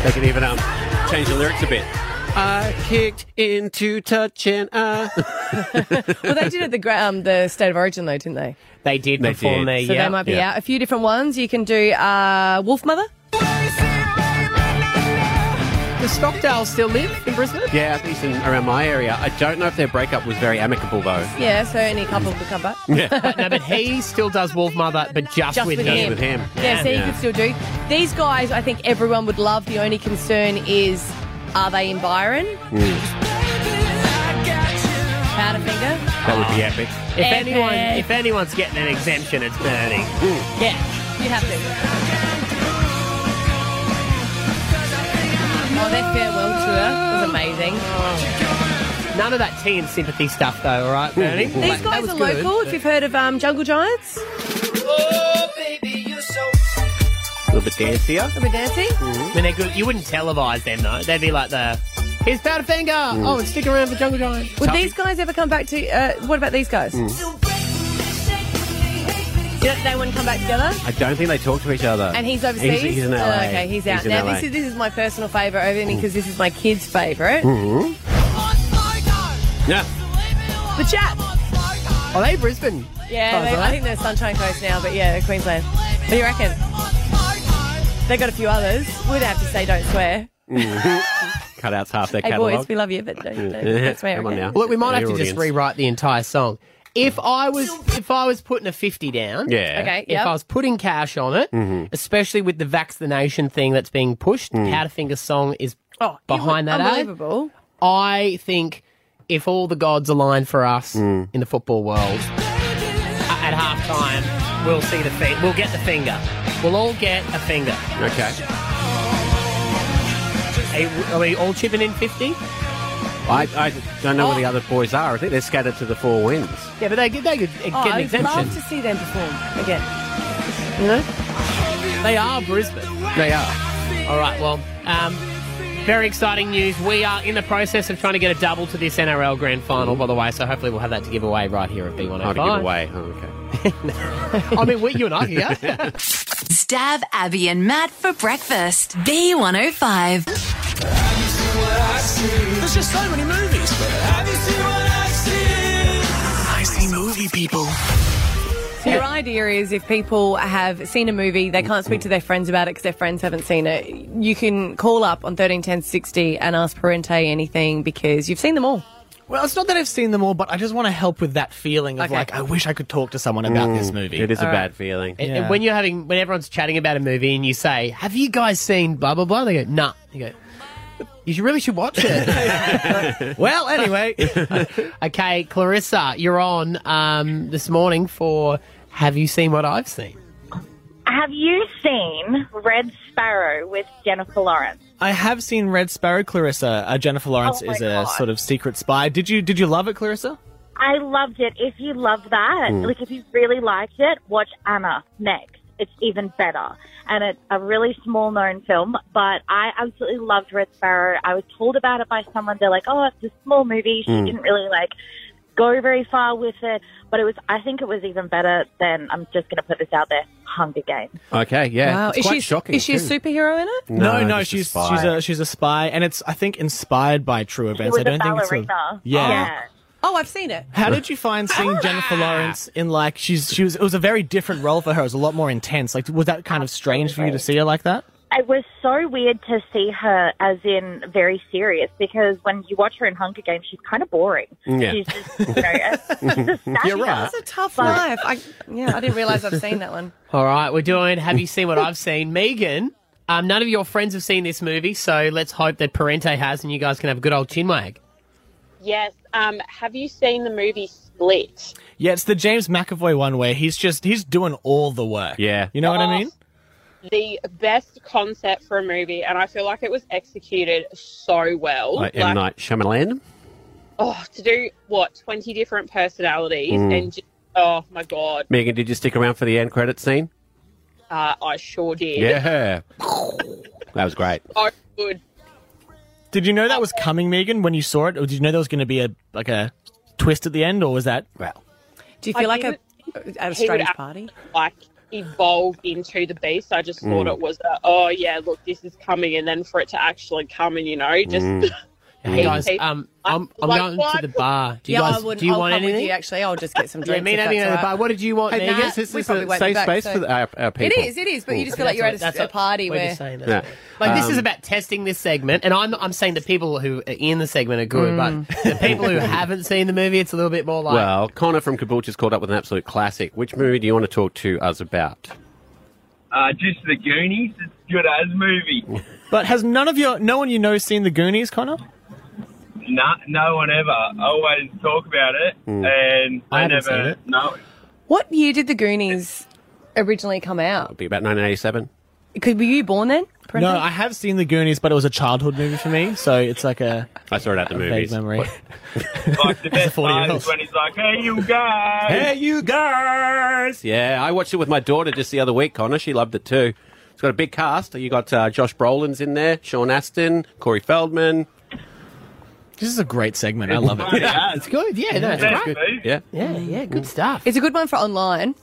[SPEAKER 3] They can even um, change the lyrics a bit. I kicked into touch and uh.
[SPEAKER 4] well, they did it at the gra- um, the state of origin though, didn't they?
[SPEAKER 2] They did
[SPEAKER 3] They
[SPEAKER 2] perform
[SPEAKER 3] did.
[SPEAKER 2] there,
[SPEAKER 4] So
[SPEAKER 2] yeah.
[SPEAKER 4] they might be out. A few different ones. You can do uh, Wolf Mother.
[SPEAKER 2] The Stockdales still live in Brisbane?
[SPEAKER 3] Yeah, at least in, around my area. I don't know if their breakup was very amicable though.
[SPEAKER 4] Yeah, so any couple could come back.
[SPEAKER 2] But no, but he still does Wolf Mother, but just,
[SPEAKER 4] Just with
[SPEAKER 2] him.
[SPEAKER 4] him. Yeah, so you could still do. These guys, I think everyone would love. The only concern is, are they in Byron? Powderfinger?
[SPEAKER 3] That would be epic.
[SPEAKER 2] If
[SPEAKER 4] Epic.
[SPEAKER 2] anyone, if anyone's getting an exemption, it's Bernie.
[SPEAKER 4] Yeah, you have to. Oh, their farewell tour was amazing.
[SPEAKER 2] Oh. None of that tea and sympathy stuff, though. All right, Bernie.
[SPEAKER 4] These guys are local. If you've heard of um, Jungle Giants,
[SPEAKER 3] A little bit dancier.
[SPEAKER 4] are we dancing?
[SPEAKER 2] Mm-hmm. I mean, they're good. You wouldn't televise them though. They'd be like the
[SPEAKER 4] Here's Powderfinger.
[SPEAKER 2] Mm.
[SPEAKER 4] Oh, and stick around for Jungle Giants. Would
[SPEAKER 2] Sorry.
[SPEAKER 4] these guys ever come back to? Uh, what about these guys? Yeah, they wouldn't come back together.
[SPEAKER 3] I don't think they talk to each other.
[SPEAKER 4] And he's overseas.
[SPEAKER 3] Uh, He's, he's in
[SPEAKER 4] Oh,
[SPEAKER 3] LA.
[SPEAKER 4] okay, he's out
[SPEAKER 3] in
[SPEAKER 4] now.
[SPEAKER 3] LA.
[SPEAKER 4] This is this is my personal favourite over him because this is my kid's favourite.
[SPEAKER 3] Mhm. Yeah.
[SPEAKER 4] The chat.
[SPEAKER 2] Are they Brisbane?
[SPEAKER 4] Yeah,
[SPEAKER 2] Oh,
[SPEAKER 4] they,
[SPEAKER 2] is that?
[SPEAKER 4] I think they're Sunshine Coast now, but yeah, Queensland. What do you reckon? They got a few others. Would have to say don't swear.
[SPEAKER 3] Mhm. Cut out's half their
[SPEAKER 4] hey
[SPEAKER 3] catalogue.
[SPEAKER 4] boys, we love you, but don't, don't,
[SPEAKER 3] Yeah,
[SPEAKER 4] don't swear.
[SPEAKER 3] come on
[SPEAKER 4] okay?
[SPEAKER 3] now.
[SPEAKER 2] Look, we might have
[SPEAKER 3] Your
[SPEAKER 2] to just
[SPEAKER 3] audience.
[SPEAKER 2] rewrite the entire song. If I was if I was putting a fifty down,
[SPEAKER 3] Yeah. Okay,
[SPEAKER 2] If
[SPEAKER 3] yep.
[SPEAKER 2] I was putting cash on it,
[SPEAKER 3] Mhm.
[SPEAKER 2] especially with the vaccination thing that's being pushed,
[SPEAKER 3] Mm.
[SPEAKER 2] Powderfinger's song is behind that. ad.
[SPEAKER 4] Unbelievable.
[SPEAKER 2] I think if all the gods align for us in the football world, a- at halftime we'll see the fi- we'll get the finger. We'll all get a finger.
[SPEAKER 3] Okay.
[SPEAKER 2] Are, are we all chipping in fifty?
[SPEAKER 3] I, I don't know
[SPEAKER 2] Oh.
[SPEAKER 3] where the other boys are. I think they're scattered to the four winds.
[SPEAKER 2] Yeah, but they could they could uh,
[SPEAKER 4] Oh,
[SPEAKER 2] get an
[SPEAKER 4] I'd
[SPEAKER 2] exemption.
[SPEAKER 4] love to see them perform again.
[SPEAKER 2] You know? They are Brisbane.
[SPEAKER 3] They are.
[SPEAKER 2] All right, well, um, very exciting news. We are in the process of trying to get a double to this NRL grand final, by the way, so hopefully we'll have that to give away right here at B105.
[SPEAKER 3] Oh, to give away. Oh, okay.
[SPEAKER 2] I mean, we, you and I, yeah.
[SPEAKER 5] Stab Abby and Matt for breakfast. B105.
[SPEAKER 6] There's just so many movies. Have you seen what I see? I see movie people.
[SPEAKER 4] So your idea is if people have seen a movie, they can't speak to their friends about it because their friends haven't seen it. You can call up on thirteen ten sixty and ask Parente anything because you've seen them all.
[SPEAKER 13] Well, it's not that I've seen them all, but I just want to help with that feeling of like, I wish I could talk to someone about
[SPEAKER 3] Mm,
[SPEAKER 13] this movie.
[SPEAKER 3] It is a bad feeling.
[SPEAKER 2] And, and when you're having, when everyone's chatting about a movie and you say, "Have you guys seen blah blah blah?" They go, "Nah." You go, "You should- really should watch it."
[SPEAKER 13] well, anyway.
[SPEAKER 2] okay, Clarissa, you're on um, this morning for "Have you seen what I've seen?"
[SPEAKER 14] Have you seen Red Sparrow with Jennifer Lawrence?
[SPEAKER 13] I have seen Red Sparrow, Clarissa. Uh, Jennifer Lawrence
[SPEAKER 14] Oh my
[SPEAKER 13] is a sort of secret spy. Did you did you love it, Clarissa?
[SPEAKER 14] I loved it. If you love that,
[SPEAKER 13] Mm.
[SPEAKER 14] like if you really liked it, watch Anna next. It's even better. And it's a really small known film, but I absolutely loved Red Sparrow. I was told about it by someone. They're like, oh, it's a small movie. She
[SPEAKER 15] Mm.
[SPEAKER 14] didn't really like go very far with it. But it was, I think it was even better than, I'm just going to put this out there, Hunger Games.
[SPEAKER 3] Okay, yeah.
[SPEAKER 13] Wow,
[SPEAKER 3] It's
[SPEAKER 13] is
[SPEAKER 3] quite
[SPEAKER 13] she-
[SPEAKER 3] shocking.
[SPEAKER 13] is she a
[SPEAKER 3] too.
[SPEAKER 13] super-
[SPEAKER 4] Superhero in it?
[SPEAKER 13] No, no,
[SPEAKER 3] just a
[SPEAKER 13] she's
[SPEAKER 3] spy.
[SPEAKER 13] she's a she's a spy, and it's I think inspired by true
[SPEAKER 4] was
[SPEAKER 13] events. I
[SPEAKER 4] a
[SPEAKER 13] don't think it's sort of-
[SPEAKER 4] ballerina.
[SPEAKER 13] yeah.
[SPEAKER 4] Oh, I've seen it.
[SPEAKER 13] How did you find seeing Jennifer Lawrence in like she's she was it was a very different role for her. It was a lot more intense. Like was that kind of strange for you to see her like that?
[SPEAKER 14] it was so weird to see her as in very serious because when you watch her in Hunger Games, she's kind of boring.
[SPEAKER 3] Yeah.
[SPEAKER 14] She's just, you know, a- she's a
[SPEAKER 3] You're
[SPEAKER 14] statue.
[SPEAKER 3] right.
[SPEAKER 4] That's a tough
[SPEAKER 14] But-
[SPEAKER 4] life. I, yeah, I didn't realize I've seen that one.
[SPEAKER 2] All right, we're doing Have You Seen What I've Seen? Megan, um, none of your friends have seen this movie, so let's hope that Parente has and you guys can have a good old chinwag.
[SPEAKER 15] Yes. Um, have you seen the movie Split?
[SPEAKER 13] Yeah, it's the James McAvoy one where he's just he's doing all the work. Yeah, you know what I mean.
[SPEAKER 15] The best concept for a movie, and I feel like it was executed so well.
[SPEAKER 3] Like M. Night Shyamalan.
[SPEAKER 15] oh, to do what twenty different personalities
[SPEAKER 3] Mm.
[SPEAKER 15] and just, oh my god,
[SPEAKER 3] Megan, did you stick around for the end credit scene?
[SPEAKER 15] uh, I sure did.
[SPEAKER 3] Yeah. that was great.
[SPEAKER 15] so good.
[SPEAKER 13] Did you know that was coming, Megan, when you saw it, or did you know there was going to be a like a twist at the end, or was that well?
[SPEAKER 4] Do you feel like a at a
[SPEAKER 15] he would
[SPEAKER 4] strange
[SPEAKER 15] act
[SPEAKER 4] party?
[SPEAKER 15] Like evolved into the beast. I just thought
[SPEAKER 13] Mm.
[SPEAKER 15] it was, a, oh yeah, look, this is coming, and then for it to actually come, and you know, just.
[SPEAKER 2] Mm. Hey
[SPEAKER 15] He-
[SPEAKER 2] guys,
[SPEAKER 15] he-
[SPEAKER 2] um, I'm, I'm
[SPEAKER 15] like,
[SPEAKER 2] going
[SPEAKER 15] what?
[SPEAKER 2] to the bar. Do you
[SPEAKER 4] yeah,
[SPEAKER 2] guys
[SPEAKER 4] I wouldn't.
[SPEAKER 2] do you
[SPEAKER 4] I'll
[SPEAKER 2] want
[SPEAKER 4] come with
[SPEAKER 2] anything?
[SPEAKER 4] you, actually, I'll just get some
[SPEAKER 2] Yeah,
[SPEAKER 4] drinks.
[SPEAKER 2] me and
[SPEAKER 4] if
[SPEAKER 2] Abby
[SPEAKER 4] that's
[SPEAKER 2] go to the
[SPEAKER 4] all right.
[SPEAKER 2] bar. uh, What did you want,
[SPEAKER 4] Hey,
[SPEAKER 2] Megan?
[SPEAKER 4] nah,
[SPEAKER 2] This is-
[SPEAKER 4] we
[SPEAKER 2] this
[SPEAKER 4] probably
[SPEAKER 2] is
[SPEAKER 4] won't
[SPEAKER 2] safe
[SPEAKER 4] be back,
[SPEAKER 2] space
[SPEAKER 4] so-
[SPEAKER 2] for the- our- our
[SPEAKER 4] It
[SPEAKER 2] people.
[SPEAKER 4] is, it is, but you just feel
[SPEAKER 2] Ooh.
[SPEAKER 4] like you're at a,
[SPEAKER 2] That's
[SPEAKER 4] a party
[SPEAKER 2] we're
[SPEAKER 4] where
[SPEAKER 2] just saying that.
[SPEAKER 3] Yeah.
[SPEAKER 2] Like this
[SPEAKER 3] Um,
[SPEAKER 2] is about testing this segment, and I'm I'm saying the people who are in the segment are good, but the people who haven't seen the movie, it's a little bit more like
[SPEAKER 3] Well, Connor from Caboolture's called up with an absolute classic. Which movie do you want to talk to us about?
[SPEAKER 16] Uh, just the Goonies. It's a good as movie.
[SPEAKER 13] But has none of your no one you know seen the Goonies, Connor?
[SPEAKER 16] no, no one ever. I always talk about it,
[SPEAKER 13] Mm.
[SPEAKER 16] and
[SPEAKER 13] I
[SPEAKER 16] I
[SPEAKER 13] haven't seen
[SPEAKER 16] never
[SPEAKER 13] it.
[SPEAKER 16] know. it.
[SPEAKER 4] What year did the Goonies originally come out?
[SPEAKER 3] It'd be about 1987.
[SPEAKER 4] Could were you born then?
[SPEAKER 13] No, I have seen the Goonies, but it was a childhood movie for me, so it's like a
[SPEAKER 3] I saw it at the
[SPEAKER 13] vague
[SPEAKER 3] movies.
[SPEAKER 13] memory.
[SPEAKER 16] Like the best
[SPEAKER 13] year
[SPEAKER 16] times
[SPEAKER 13] old.
[SPEAKER 16] when he's like, "Hey, you guys!
[SPEAKER 3] Hey, you guys!" Yeah, I watched it with my daughter just the other week, Connor. She loved it too. It's got a big cast. You got uh, Josh Brolin's in there, Sean Astin, Corey Feldman.
[SPEAKER 13] This is a great segment. I love it.
[SPEAKER 16] Oh,
[SPEAKER 3] Yeah,
[SPEAKER 2] it's good. Yeah,
[SPEAKER 13] no, it's
[SPEAKER 3] that's
[SPEAKER 13] great.
[SPEAKER 3] Yeah.
[SPEAKER 2] yeah, yeah, good stuff.
[SPEAKER 4] It's a good one for online.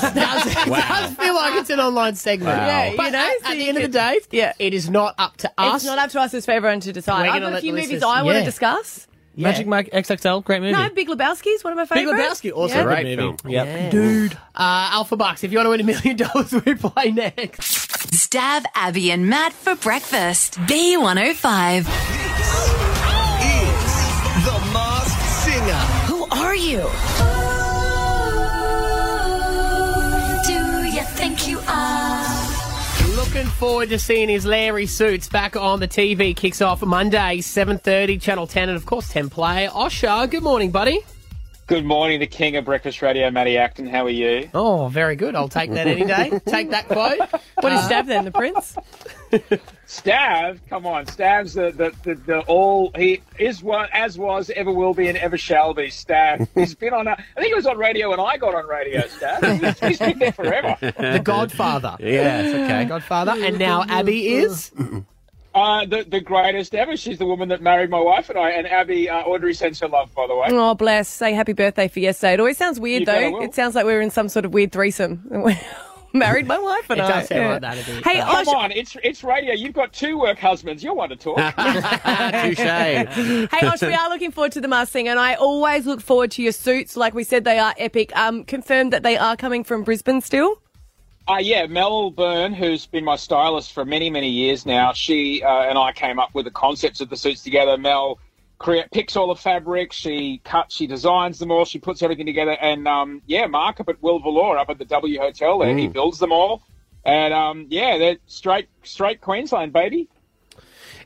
[SPEAKER 2] does it
[SPEAKER 4] Wow.
[SPEAKER 2] does feel like it's an online segment?
[SPEAKER 4] Wow. Yeah, you
[SPEAKER 2] but
[SPEAKER 4] know,
[SPEAKER 2] at,
[SPEAKER 4] so
[SPEAKER 2] at the
[SPEAKER 4] you
[SPEAKER 2] end of
[SPEAKER 4] could-
[SPEAKER 2] the day, yeah, it is not up to us.
[SPEAKER 4] It's not up to us; it's for everyone to
[SPEAKER 2] We're
[SPEAKER 4] decide. I've
[SPEAKER 2] gonna
[SPEAKER 4] got a
[SPEAKER 2] let
[SPEAKER 4] few
[SPEAKER 2] the
[SPEAKER 4] movies
[SPEAKER 2] listeners-
[SPEAKER 4] I want
[SPEAKER 2] yeah.
[SPEAKER 4] to discuss.
[SPEAKER 13] Magic Mike XXL, great movie.
[SPEAKER 4] No, Big Lebowski is one of my
[SPEAKER 13] Big
[SPEAKER 4] favorites.
[SPEAKER 13] Lebowski, also
[SPEAKER 4] Yeah.
[SPEAKER 13] a great movie. Yep.
[SPEAKER 2] Dude. Uh, Alpha Bucks, if you want to win a million dollars, we play next.
[SPEAKER 5] Stab Abby and Matt for breakfast. B105.
[SPEAKER 12] The Masked Singer.
[SPEAKER 5] Who are you? Do you think you are?
[SPEAKER 2] Looking forward to seeing his Larry Suits back on the TV. Kicks off Monday, 7.30, Channel 10, and of course 10 Play. Osha, good morning, buddy.
[SPEAKER 17] Good morning, the king of breakfast radio, Matty Acton. How are you?
[SPEAKER 2] Oh, very good. I'll take that any day. take that quote.
[SPEAKER 4] What is Stab then? The Prince?
[SPEAKER 17] Stav, come on, Stav's the the, the, the all he is what as was, ever will be, and ever shall be. Stav, he's been on. uh, I think he was on radio when I got on radio. Stav, he's been there forever.
[SPEAKER 2] the Godfather.
[SPEAKER 17] Yeah, it's okay.
[SPEAKER 2] Godfather. And now Abby is?
[SPEAKER 17] Uh, the the greatest ever. She's the woman that married my wife and I. And Abby uh, Audrey sends her love, by the way.
[SPEAKER 4] Oh, bless. Say happy birthday for yesterday. It always sounds weird,
[SPEAKER 17] You better
[SPEAKER 4] though.
[SPEAKER 17] will.
[SPEAKER 4] It sounds like we were in some sort of weird threesome. Married my wife and
[SPEAKER 17] It
[SPEAKER 4] I.
[SPEAKER 17] does sound
[SPEAKER 4] Yeah.
[SPEAKER 17] like that,
[SPEAKER 4] Hey,
[SPEAKER 17] come
[SPEAKER 4] Osh-
[SPEAKER 17] on, it's it's radio. You've got two work husbands. You're one to talk.
[SPEAKER 3] Touche.
[SPEAKER 4] hey, Osh, we are looking forward to the Masked Singer, and I always look forward to your suits. Like we said, they are epic. Um, confirmed that they are coming from Brisbane still.
[SPEAKER 17] Uh, yeah, Mel Byrne, who's been my stylist for many, many years now, she uh, and I came up with the concepts of the suits together. Mel create, picks all the fabric, she cuts, she designs them all, she puts everything together, and um, yeah, Mark up at Will Valor up at the W Hotel there, he
[SPEAKER 3] Mm.
[SPEAKER 17] builds them all, and um, yeah, they're straight, straight Queensland baby.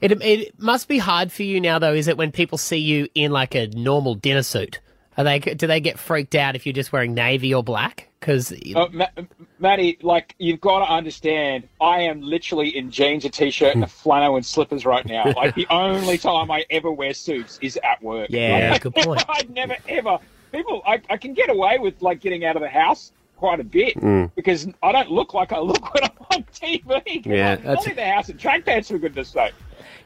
[SPEAKER 2] It, it must be hard for you now, though, is it, when people see you in like a normal dinner suit? Are they, do they get freaked out if you're just wearing navy or black? Because
[SPEAKER 3] Oh.
[SPEAKER 17] Uh, Ma- Matty, like you've got to understand, I am literally in jeans, a t-shirt, and a flannel and slippers right now. Like the only time I ever wear suits is at work.
[SPEAKER 2] Yeah,
[SPEAKER 17] Like,
[SPEAKER 2] good point.
[SPEAKER 17] I'd never ever people. I, I can get away with like getting out of the house quite a bit
[SPEAKER 3] Mm.
[SPEAKER 17] because I don't look like I look when I'm on TV.
[SPEAKER 3] Yeah,
[SPEAKER 17] I'm
[SPEAKER 3] that's-
[SPEAKER 17] in the house in track pants for goodness sake.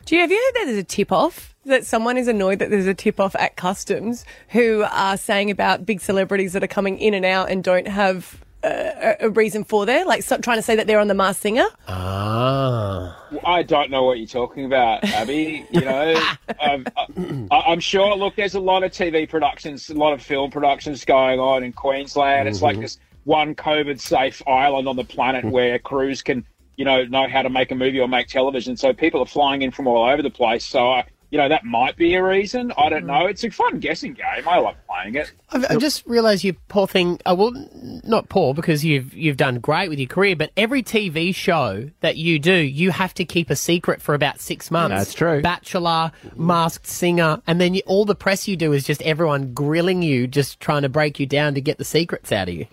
[SPEAKER 4] Do you have you heard that there's a tip off? That someone is annoyed that there's a tip off at customs who are saying about big celebrities that are coming in and out and don't have uh, a, a reason for their like so, trying to say that they're on the Masked Singer.
[SPEAKER 2] Ah.
[SPEAKER 17] I don't know what you're talking about, Abby. You know, um, I, I- I'm sure. Look, there's a lot of TV productions, a lot of film productions going on in Queensland. It's like
[SPEAKER 3] Mhm.
[SPEAKER 17] this one COVID-safe island on the planet where crews can you know, know how to make a movie or make television. So people are flying in from all over the place. So, I, you know, that might be a reason. I don't know. It's a fun guessing game. I love playing it.
[SPEAKER 2] I've, I've just realised you poor thing. Uh, well, n- not poor because you've you've done great with your career, but every TV show that you do, you have to keep a secret for about six months.
[SPEAKER 3] That's true.
[SPEAKER 2] Bachelor, Masked Singer, and then you, all the press you do is just everyone grilling you, just trying to break you down to get the secrets out of you.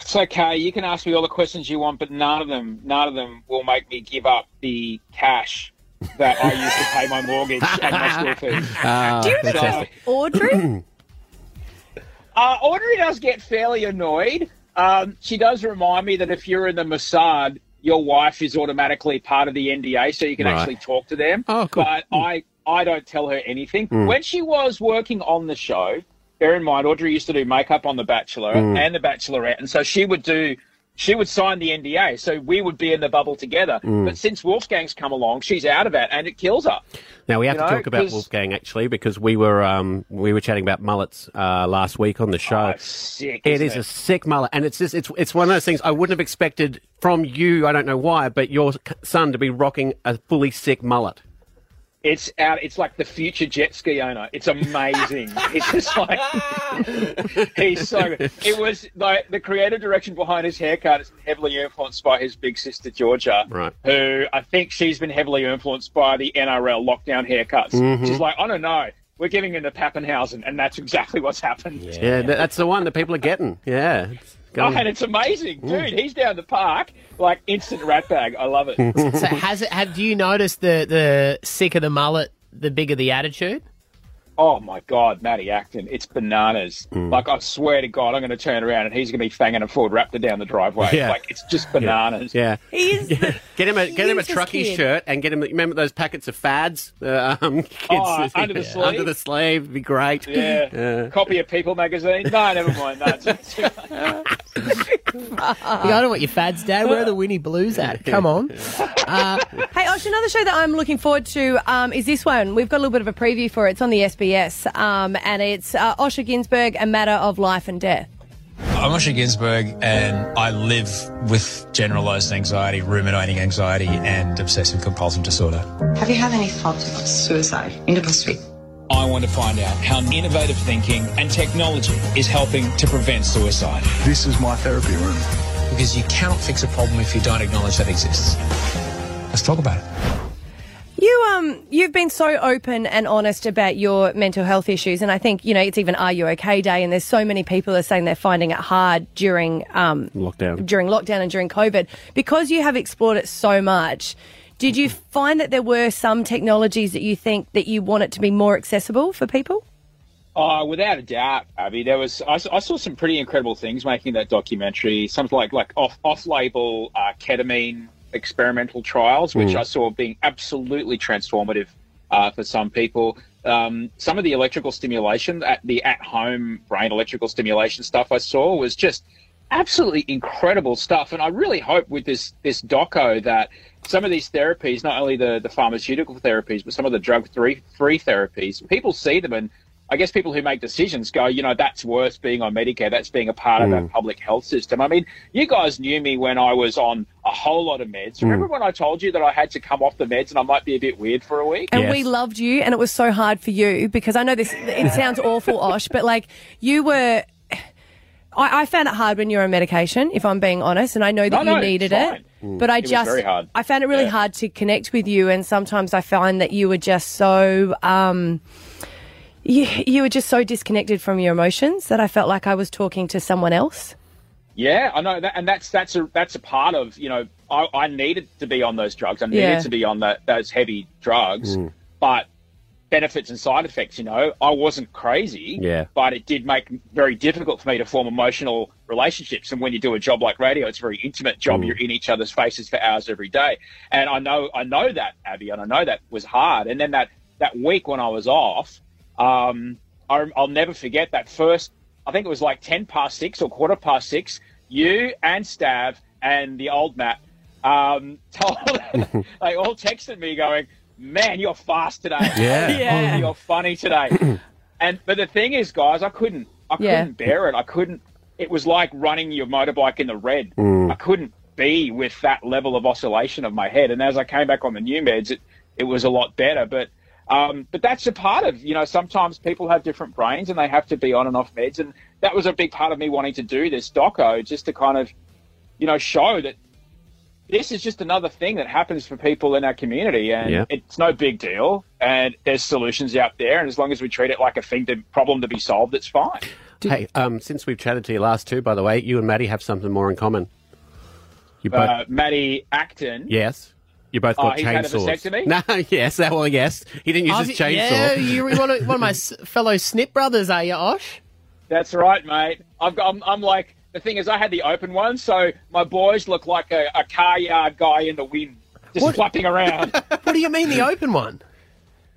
[SPEAKER 17] It's okay. You can ask me all the questions you want, but none of them, none of them will make me give up the cash that I used to pay my mortgage and my school fees.
[SPEAKER 3] Ah,
[SPEAKER 17] Do you remember
[SPEAKER 3] fantastic.
[SPEAKER 4] Audrey?
[SPEAKER 17] Uh, Audrey does get fairly annoyed. Um, she does remind me that if you're in the Mossad, your wife is automatically part of the NDA, so you can
[SPEAKER 3] Right.
[SPEAKER 17] actually talk to them.
[SPEAKER 3] Oh, cool.
[SPEAKER 17] But I, I don't tell her anything.
[SPEAKER 3] Mm.
[SPEAKER 17] When she was working on the show, bear in mind, Audrey used to do makeup on The Bachelor
[SPEAKER 3] Mm.
[SPEAKER 17] and The Bachelorette, and so she would do. She would sign the NDA, so we would be in the bubble together.
[SPEAKER 3] Mm.
[SPEAKER 17] But since Wolfgang's come along, she's out of it, and it kills her.
[SPEAKER 3] Now we have
[SPEAKER 17] You
[SPEAKER 3] to
[SPEAKER 17] know,
[SPEAKER 3] talk about
[SPEAKER 17] 'cause-
[SPEAKER 3] Wolfgang actually because we were um, we were chatting about mullets uh, last week on the show.
[SPEAKER 17] Oh, sick,
[SPEAKER 3] it
[SPEAKER 17] isn't
[SPEAKER 3] is
[SPEAKER 17] it?
[SPEAKER 3] a sick mullet, and it's just it's it's one of those things I wouldn't have expected from you. I don't know why, but your c- son to be rocking a fully sick mullet.
[SPEAKER 17] It's out. It's like the future jet ski owner. It's amazing. it's just like he's so. It was like the creative direction behind his haircut is heavily influenced by his big sister Georgia,
[SPEAKER 3] Right.
[SPEAKER 17] who I think she's been heavily influenced by the NRL lockdown haircuts.
[SPEAKER 3] Mhm.
[SPEAKER 17] She's like, I don't know. We're giving him the Pappenhausen, and that's exactly what's happened.
[SPEAKER 3] Yeah, tha- that's the one that people are getting. Yeah, it's
[SPEAKER 17] Oh,
[SPEAKER 3] going-
[SPEAKER 17] and it's amazing, dude.
[SPEAKER 3] Mm.
[SPEAKER 17] He's down the park like instant rat bag. I love it.
[SPEAKER 2] so has it? Have do you noticed the the sicker the mullet, the bigger the attitude?
[SPEAKER 17] Oh my God, Matty Acton, it's bananas.
[SPEAKER 3] Mm.
[SPEAKER 17] Like I swear to God, I'm going to turn around and he's going to be fanging a Ford Raptor down the driveway.
[SPEAKER 3] Yeah.
[SPEAKER 17] Like it's just bananas.
[SPEAKER 3] Yeah. get him a get him a
[SPEAKER 17] cutest
[SPEAKER 3] truckie
[SPEAKER 17] kid.
[SPEAKER 3] shirt and get him. Remember those packets of fads? Uh, um, kids,
[SPEAKER 17] Oh, under the
[SPEAKER 3] yeah,
[SPEAKER 17] sleeve?
[SPEAKER 3] Under the sleeve, would be great.
[SPEAKER 17] Yeah. Copy of People magazine. No, never mind. No, it's-
[SPEAKER 2] You I don't want your fads, Dad. Where are the Winnie Blues at? Come on.
[SPEAKER 4] Uh, hey, Osh, another show that I'm looking forward to um, is this one. We've got a little bit of a preview for it. It's on the SBS, um, and it's uh, Osher Ginsburg, A Matter of Life and Death.
[SPEAKER 18] I'm Osher Ginsberg, and I live with generalized anxiety, ruminating anxiety, and obsessive compulsive disorder.
[SPEAKER 19] Have you had any thoughts about suicide in the past week?
[SPEAKER 18] I want to find out how innovative thinking and technology is helping to prevent suicide.
[SPEAKER 11] This is my therapy room.
[SPEAKER 18] Because you cannot fix a problem if you don't acknowledge that exists. Let's talk about it.
[SPEAKER 4] You um you've been so open and honest about your mental health issues, and I think you know it's even Are You Okay Day, and there's so many people that are saying they're finding it hard during um
[SPEAKER 3] Lockdown.
[SPEAKER 4] during lockdown and during COVID because you have explored it so much. Did you find that there were some technologies that you think that you want it to be more accessible for people?
[SPEAKER 17] Oh, without a doubt, Abby. There was I, s- I saw some pretty incredible things making that documentary. Something like like off off label uh, ketamine experimental trials, which
[SPEAKER 18] Mm.
[SPEAKER 17] I saw being absolutely transformative uh, for some people. Um, some of the electrical stimulation, at the at home brain electrical stimulation stuff I saw was just absolutely incredible stuff. And I really hope with this this doco that some of these therapies, not only the, the pharmaceutical therapies, but some of the drug three three therapies, people see them and I guess people who make decisions go, you know, that's worse being on Medicare, that's being a part of our
[SPEAKER 20] Mm.
[SPEAKER 17] public health system. I mean, you guys knew me when I was on a whole lot of meds. Remember when I told you that I had to come off the meds and I might be a bit weird for a week?
[SPEAKER 4] And we loved you, and it was so hard for you because I know this. It sounds awful, Osh, but like you were. I, I found it hard when you were on medication, if I'm being honest, and I know that
[SPEAKER 17] No,
[SPEAKER 4] you
[SPEAKER 17] no,
[SPEAKER 4] needed
[SPEAKER 17] it's
[SPEAKER 4] it.
[SPEAKER 17] fine. Mm.
[SPEAKER 4] But I
[SPEAKER 17] It was
[SPEAKER 4] just,
[SPEAKER 17] very hard.
[SPEAKER 4] I found it really
[SPEAKER 17] Yeah.
[SPEAKER 4] hard to connect with you, and sometimes I find that you were just so, um, you, you were just so disconnected from your emotions that I felt like I was talking to someone else.
[SPEAKER 17] Yeah, I know that, and that's that's a that's a part of you know I, I needed to be on those drugs. I needed
[SPEAKER 4] Yeah.
[SPEAKER 17] to be on that those heavy drugs,
[SPEAKER 3] Mm.
[SPEAKER 17] but benefits and side effects. You know, I wasn't crazy.
[SPEAKER 3] Yeah.
[SPEAKER 17] but it did make it very difficult for me to form emotional relationships. And when you do a job like radio, it's a very intimate job.
[SPEAKER 3] Mm.
[SPEAKER 17] You're in each other's faces for hours every day, and I know I know that Abby, and I know that was hard. And then that that week when I was off, um, I, I'll never forget that first. I think it was like ten past six or quarter past six. You and Stav and the old Matt um, told they all texted me going, "Man, you're fast today.
[SPEAKER 3] Yeah. Yeah.
[SPEAKER 17] you're funny today." and but the thing is, guys, I couldn't. I
[SPEAKER 4] Yeah.
[SPEAKER 17] couldn't bear it. I couldn't. It was like running your motorbike in the red.
[SPEAKER 3] Mm.
[SPEAKER 17] I couldn't be with that level of oscillation of my head. And as I came back on the new meds, it, it was a lot better. But um, but that's a part of you know sometimes people have different brains and they have to be on and off meds. And that was a big part of me wanting to do this doco just to kind of you know show that this is just another thing that happens for people in our community and
[SPEAKER 3] Yeah.
[SPEAKER 17] it's no big deal and there's solutions out there and as long as we treat it like a thing to problem to be solved it's fine
[SPEAKER 3] Hey, um, since we've chatted to you last two, by the way, you and Maddie have something more in common. You both,
[SPEAKER 17] uh, Maddie Acton
[SPEAKER 3] yes, you both
[SPEAKER 17] Oh,
[SPEAKER 3] got
[SPEAKER 17] he's had a
[SPEAKER 3] chainsaws.
[SPEAKER 17] vasectomy?
[SPEAKER 3] No, yes, that well, yes, he didn't use
[SPEAKER 2] I've-
[SPEAKER 3] his chainsaw.
[SPEAKER 2] Yeah, you're one of, one of my s- fellow snip brothers, are you, Osh?
[SPEAKER 17] That's right, mate. I've got, I'm, I'm like, the thing is, I had the open one, so my boys look like a, a car yard guy in the wind, just flapping around.
[SPEAKER 2] What do you mean the open one?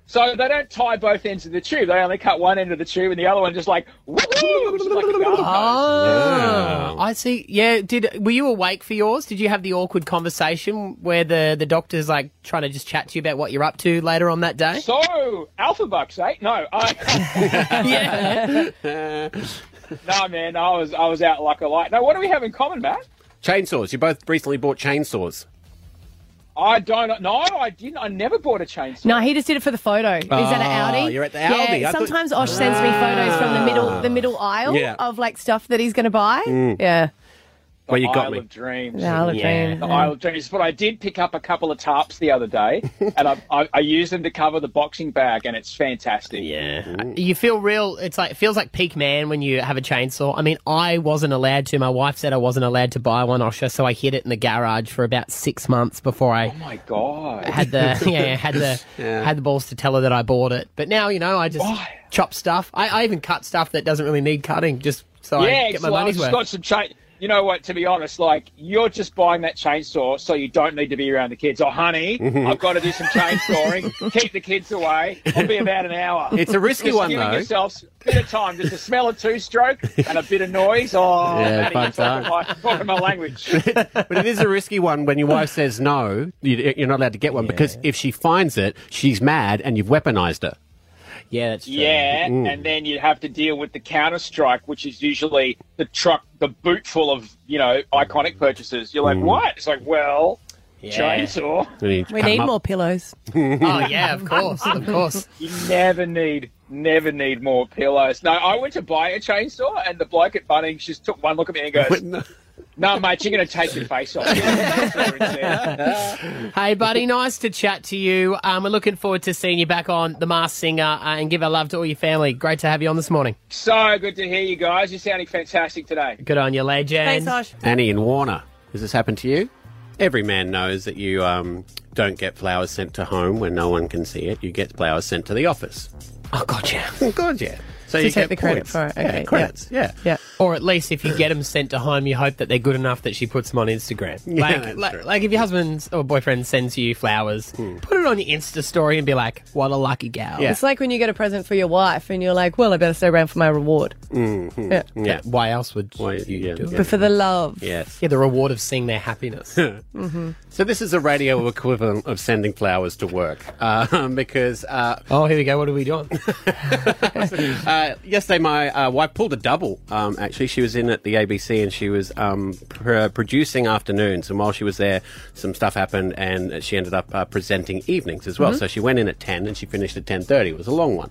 [SPEAKER 17] So they don't tie both ends of the tube. They only cut one end of the tube, and the other one just like, woo just like a golf
[SPEAKER 2] Oh, I see. Yeah, did were you awake for yours? Did you have the awkward conversation where the the doctor's like trying to just chat to you about what you're up to later on that day?
[SPEAKER 17] So, Alpha Bucks, eh? No, I... no, man, I was I was out like a light. No, what do we have in common, Matt?
[SPEAKER 3] Chainsaws. You both recently bought chainsaws.
[SPEAKER 17] I don't. No, I didn't. I never bought a chainsaw.
[SPEAKER 4] No, he just did it for the photo. Is that
[SPEAKER 3] Ah,
[SPEAKER 4] an Audi?
[SPEAKER 3] you're at the Aldi. I
[SPEAKER 4] Yeah,
[SPEAKER 3] thought-
[SPEAKER 4] sometimes Osh sends me photos from the middle the middle
[SPEAKER 17] Ah.
[SPEAKER 4] aisle
[SPEAKER 3] Yeah.
[SPEAKER 4] of like stuff that he's going to buy.
[SPEAKER 3] Mm.
[SPEAKER 4] Yeah.
[SPEAKER 3] Well, you got
[SPEAKER 17] Isle
[SPEAKER 3] me.
[SPEAKER 17] of Dreams.
[SPEAKER 4] The Isle of
[SPEAKER 17] yeah.
[SPEAKER 4] Dreams,
[SPEAKER 17] The
[SPEAKER 4] yeah.
[SPEAKER 17] Isle of Dreams. But I did pick up a couple of tarps the other day, and I, I, I used them to cover the boxing bag, and it's fantastic.
[SPEAKER 2] Yeah. You feel real. It's like it feels like peak man when you have a chainsaw. I mean, I wasn't allowed to. My wife said I wasn't allowed to buy one, Osha, so I hid it in the garage for about six months before I
[SPEAKER 17] Oh my god.
[SPEAKER 2] had the yeah had the had the balls to tell her that I bought it. But now you know I just chop stuff. I, I even cut stuff that doesn't really need cutting just so
[SPEAKER 17] yeah,
[SPEAKER 2] I get
[SPEAKER 17] it's
[SPEAKER 2] my
[SPEAKER 17] like,
[SPEAKER 2] money's
[SPEAKER 17] it's
[SPEAKER 2] worth.
[SPEAKER 17] got some chain. You know what? To be honest, like you're just buying that chainsaw so you don't need to be around the kids. Oh, honey,
[SPEAKER 3] Mhm.
[SPEAKER 17] I've got to do some chainsawing. Keep the kids away. I'll be about an hour.
[SPEAKER 3] It's a risky
[SPEAKER 17] Just
[SPEAKER 3] one,
[SPEAKER 17] giving
[SPEAKER 3] though.
[SPEAKER 17] yourself a bit of time, just a smell of two-stroke and a bit of noise.
[SPEAKER 3] Yeah,
[SPEAKER 17] Oh, Maddie, you're
[SPEAKER 3] bugs
[SPEAKER 17] talking
[SPEAKER 3] are.
[SPEAKER 17] my, talking my language.
[SPEAKER 3] but it is a risky one when your wife says no, you, you're not allowed to get one because if she finds it, she's mad and you've weaponized her.
[SPEAKER 2] Yeah, that's
[SPEAKER 17] true. Yeah,
[SPEAKER 3] Mm.
[SPEAKER 17] and then you have to deal with the counter strike, which is usually the truck, the boot full of you know iconic purchases. You're like,
[SPEAKER 3] Mm.
[SPEAKER 17] what? It's like, well, chainsaw.
[SPEAKER 4] We need more pillows.
[SPEAKER 2] oh yeah, of course, of course.
[SPEAKER 17] You never need, never need more pillows. No, I went to buy a chainsaw, and the bloke at Bunnings just took one look at me and goes, "No, mate, you're going to take your face off."
[SPEAKER 2] Hey, buddy, nice to chat to you. Um, we're looking forward to seeing you back on The Masked Singer uh, and give our love to all your family. Great to have you on this morning.
[SPEAKER 17] so good to hear you guys. You're sounding fantastic today.
[SPEAKER 2] Good on you, legend.
[SPEAKER 17] Thanks, Osh.
[SPEAKER 3] Annie and Warner, has this happened to you? Every man knows that you um, don't get flowers sent to home when no one can see it. You get flowers sent to the office.
[SPEAKER 2] Oh, God, yeah.
[SPEAKER 3] God, yeah. So
[SPEAKER 2] To
[SPEAKER 3] you
[SPEAKER 2] take
[SPEAKER 3] get
[SPEAKER 2] the credit
[SPEAKER 3] points.
[SPEAKER 2] for it. Okay,
[SPEAKER 3] yeah,
[SPEAKER 2] yeah.
[SPEAKER 3] credits. Yeah.
[SPEAKER 2] Yeah. Or at least if you get them sent to home, you hope that they're good enough that she puts them on Instagram.
[SPEAKER 3] Yeah,
[SPEAKER 2] like,
[SPEAKER 3] that's
[SPEAKER 2] like,
[SPEAKER 3] true. Hmm.
[SPEAKER 2] like if your husband or boyfriend sends you flowers, put it on your Insta story and be like, what a lucky gal.
[SPEAKER 4] It's like when you get a present for your wife and you're like, well, I better stay around for my reward.
[SPEAKER 2] Mm-hmm.
[SPEAKER 4] Yeah.
[SPEAKER 2] Why else would you do it?
[SPEAKER 4] But for the love.
[SPEAKER 3] Yes.
[SPEAKER 2] Yeah, the reward of seeing their happiness.
[SPEAKER 4] Mm-hmm.
[SPEAKER 3] So this is a radio equivalent of sending flowers to work um, because. Uh,
[SPEAKER 2] oh, here we go. What are we doing?
[SPEAKER 3] uh, yesterday, my uh, wife pulled a double. Um, actually, she was in at the ABC and she was um, pr- producing afternoons. And while she was there, some stuff happened, and she ended up uh, presenting evenings as well.
[SPEAKER 2] Mhm.
[SPEAKER 3] So she went in at ten and she finished at ten thirty. It was a long one.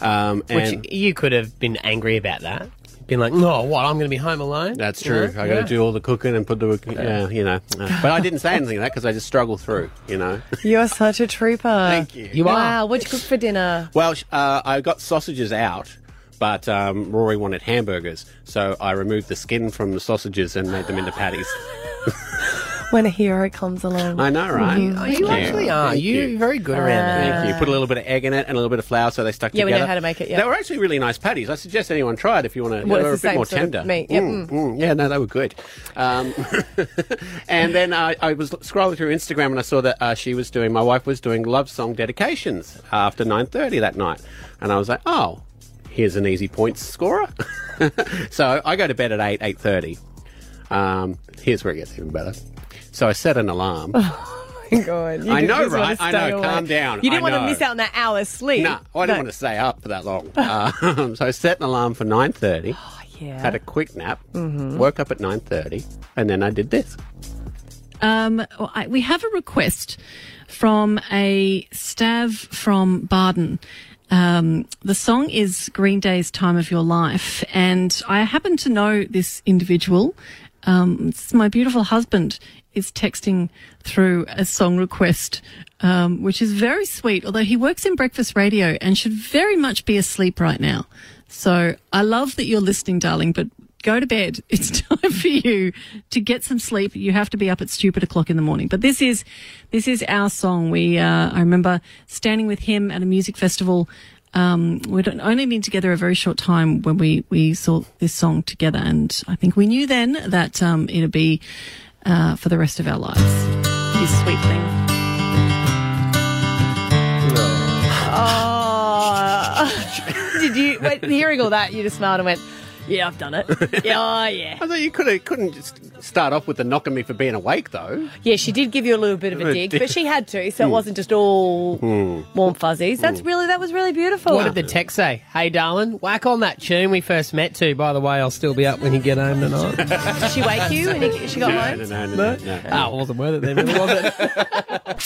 [SPEAKER 3] Um, and
[SPEAKER 2] Which you could have been angry about that. Been like, no, what? I'm going to be home alone?
[SPEAKER 3] that's true. I got to do all the cooking and put the yeah, you know. Uh, but I didn't say anything to that because I just struggled through, you know.
[SPEAKER 4] You're such a trooper. Thank
[SPEAKER 3] you.
[SPEAKER 2] You are.
[SPEAKER 4] Wow, what'd you cook for dinner?
[SPEAKER 3] Well, sh- uh, I got sausages out, but um, Rory wanted hamburgers, so I removed the skin from the sausages and made them into patties.
[SPEAKER 4] When a hero comes along.
[SPEAKER 3] I know, right?
[SPEAKER 4] Mhm.
[SPEAKER 3] Thank
[SPEAKER 2] You actually are.
[SPEAKER 3] Thank
[SPEAKER 2] You're very good around that.
[SPEAKER 3] Thank you. Put a little bit of egg in it and a little bit of flour, so they stuck
[SPEAKER 4] Yeah, we
[SPEAKER 3] together.
[SPEAKER 4] know how to make it, yeah.
[SPEAKER 3] they were actually really nice patties. I suggest anyone try it if you want to.
[SPEAKER 4] Well,
[SPEAKER 3] they were a
[SPEAKER 4] it's the
[SPEAKER 3] bit
[SPEAKER 4] same
[SPEAKER 3] more
[SPEAKER 4] sort of
[SPEAKER 3] tender.
[SPEAKER 4] meat, yep,
[SPEAKER 3] Mm,
[SPEAKER 4] mm.
[SPEAKER 3] mm, yeah, no, they were good. Um, and then I, I was scrolling through Instagram and I saw that uh, she was doing. My wife was doing love song dedications after nine thirty that night, and I was like, oh. Here's an easy points scorer. so I go to bed at eight eight thirty. Um, here's where it gets even better. So I set an alarm.
[SPEAKER 4] Oh, my God. You
[SPEAKER 3] I
[SPEAKER 4] did-
[SPEAKER 3] know,
[SPEAKER 4] just wanna
[SPEAKER 3] right? I
[SPEAKER 4] stay
[SPEAKER 3] know.
[SPEAKER 4] awake.
[SPEAKER 3] Calm down.
[SPEAKER 4] You didn't
[SPEAKER 3] I
[SPEAKER 4] want to
[SPEAKER 3] know.
[SPEAKER 4] miss out on that hour's sleep.
[SPEAKER 3] No, I didn't want to stay up for that long. Um, so I set an alarm for nine thirty.
[SPEAKER 4] Oh, yeah.
[SPEAKER 3] Had a quick nap.
[SPEAKER 4] Mhm.
[SPEAKER 3] Woke up at nine thirty, and then I did this.
[SPEAKER 20] Um, I, we have a request from a Stav from Baden. Um, the song is Green Day's Time of Your Life, and I happen to know this individual. Um, it's my beautiful husband is texting through a song request, um, which is very sweet, although he works in breakfast radio and should very much be asleep right now. So I love that you're listening, darling, but go to bed. It's time for you to get some sleep. You have to be up at stupid o'clock in the morning. But this is, this is our song. We, uh, I remember standing with him at a music festival. Um, we'd only been together a very short time when we, we saw this song together. And I think we knew then that, um, it'd be, uh, for the rest of our lives. This sweet thing.
[SPEAKER 4] Oh, did you? Wait, hearing all that, you just smiled and went, "Yeah, I've done it." Yeah, oh, yeah.
[SPEAKER 3] I thought you could couldn't just start off with the knocking me for being awake though.
[SPEAKER 4] Yeah, she did give you a little bit of a dig, but she had to,
[SPEAKER 3] Hmm.
[SPEAKER 4] so it wasn't just all warm fuzzies. That's really that was really beautiful.
[SPEAKER 2] What did the text say? Hey, darling, whack on that tune we first met to. By the way, I'll still be up when you get home tonight.
[SPEAKER 4] Did she wake you and you- she got
[SPEAKER 2] No,
[SPEAKER 4] home?
[SPEAKER 2] no, no, no, no. Oh, it wasn't worth it then, really, was it?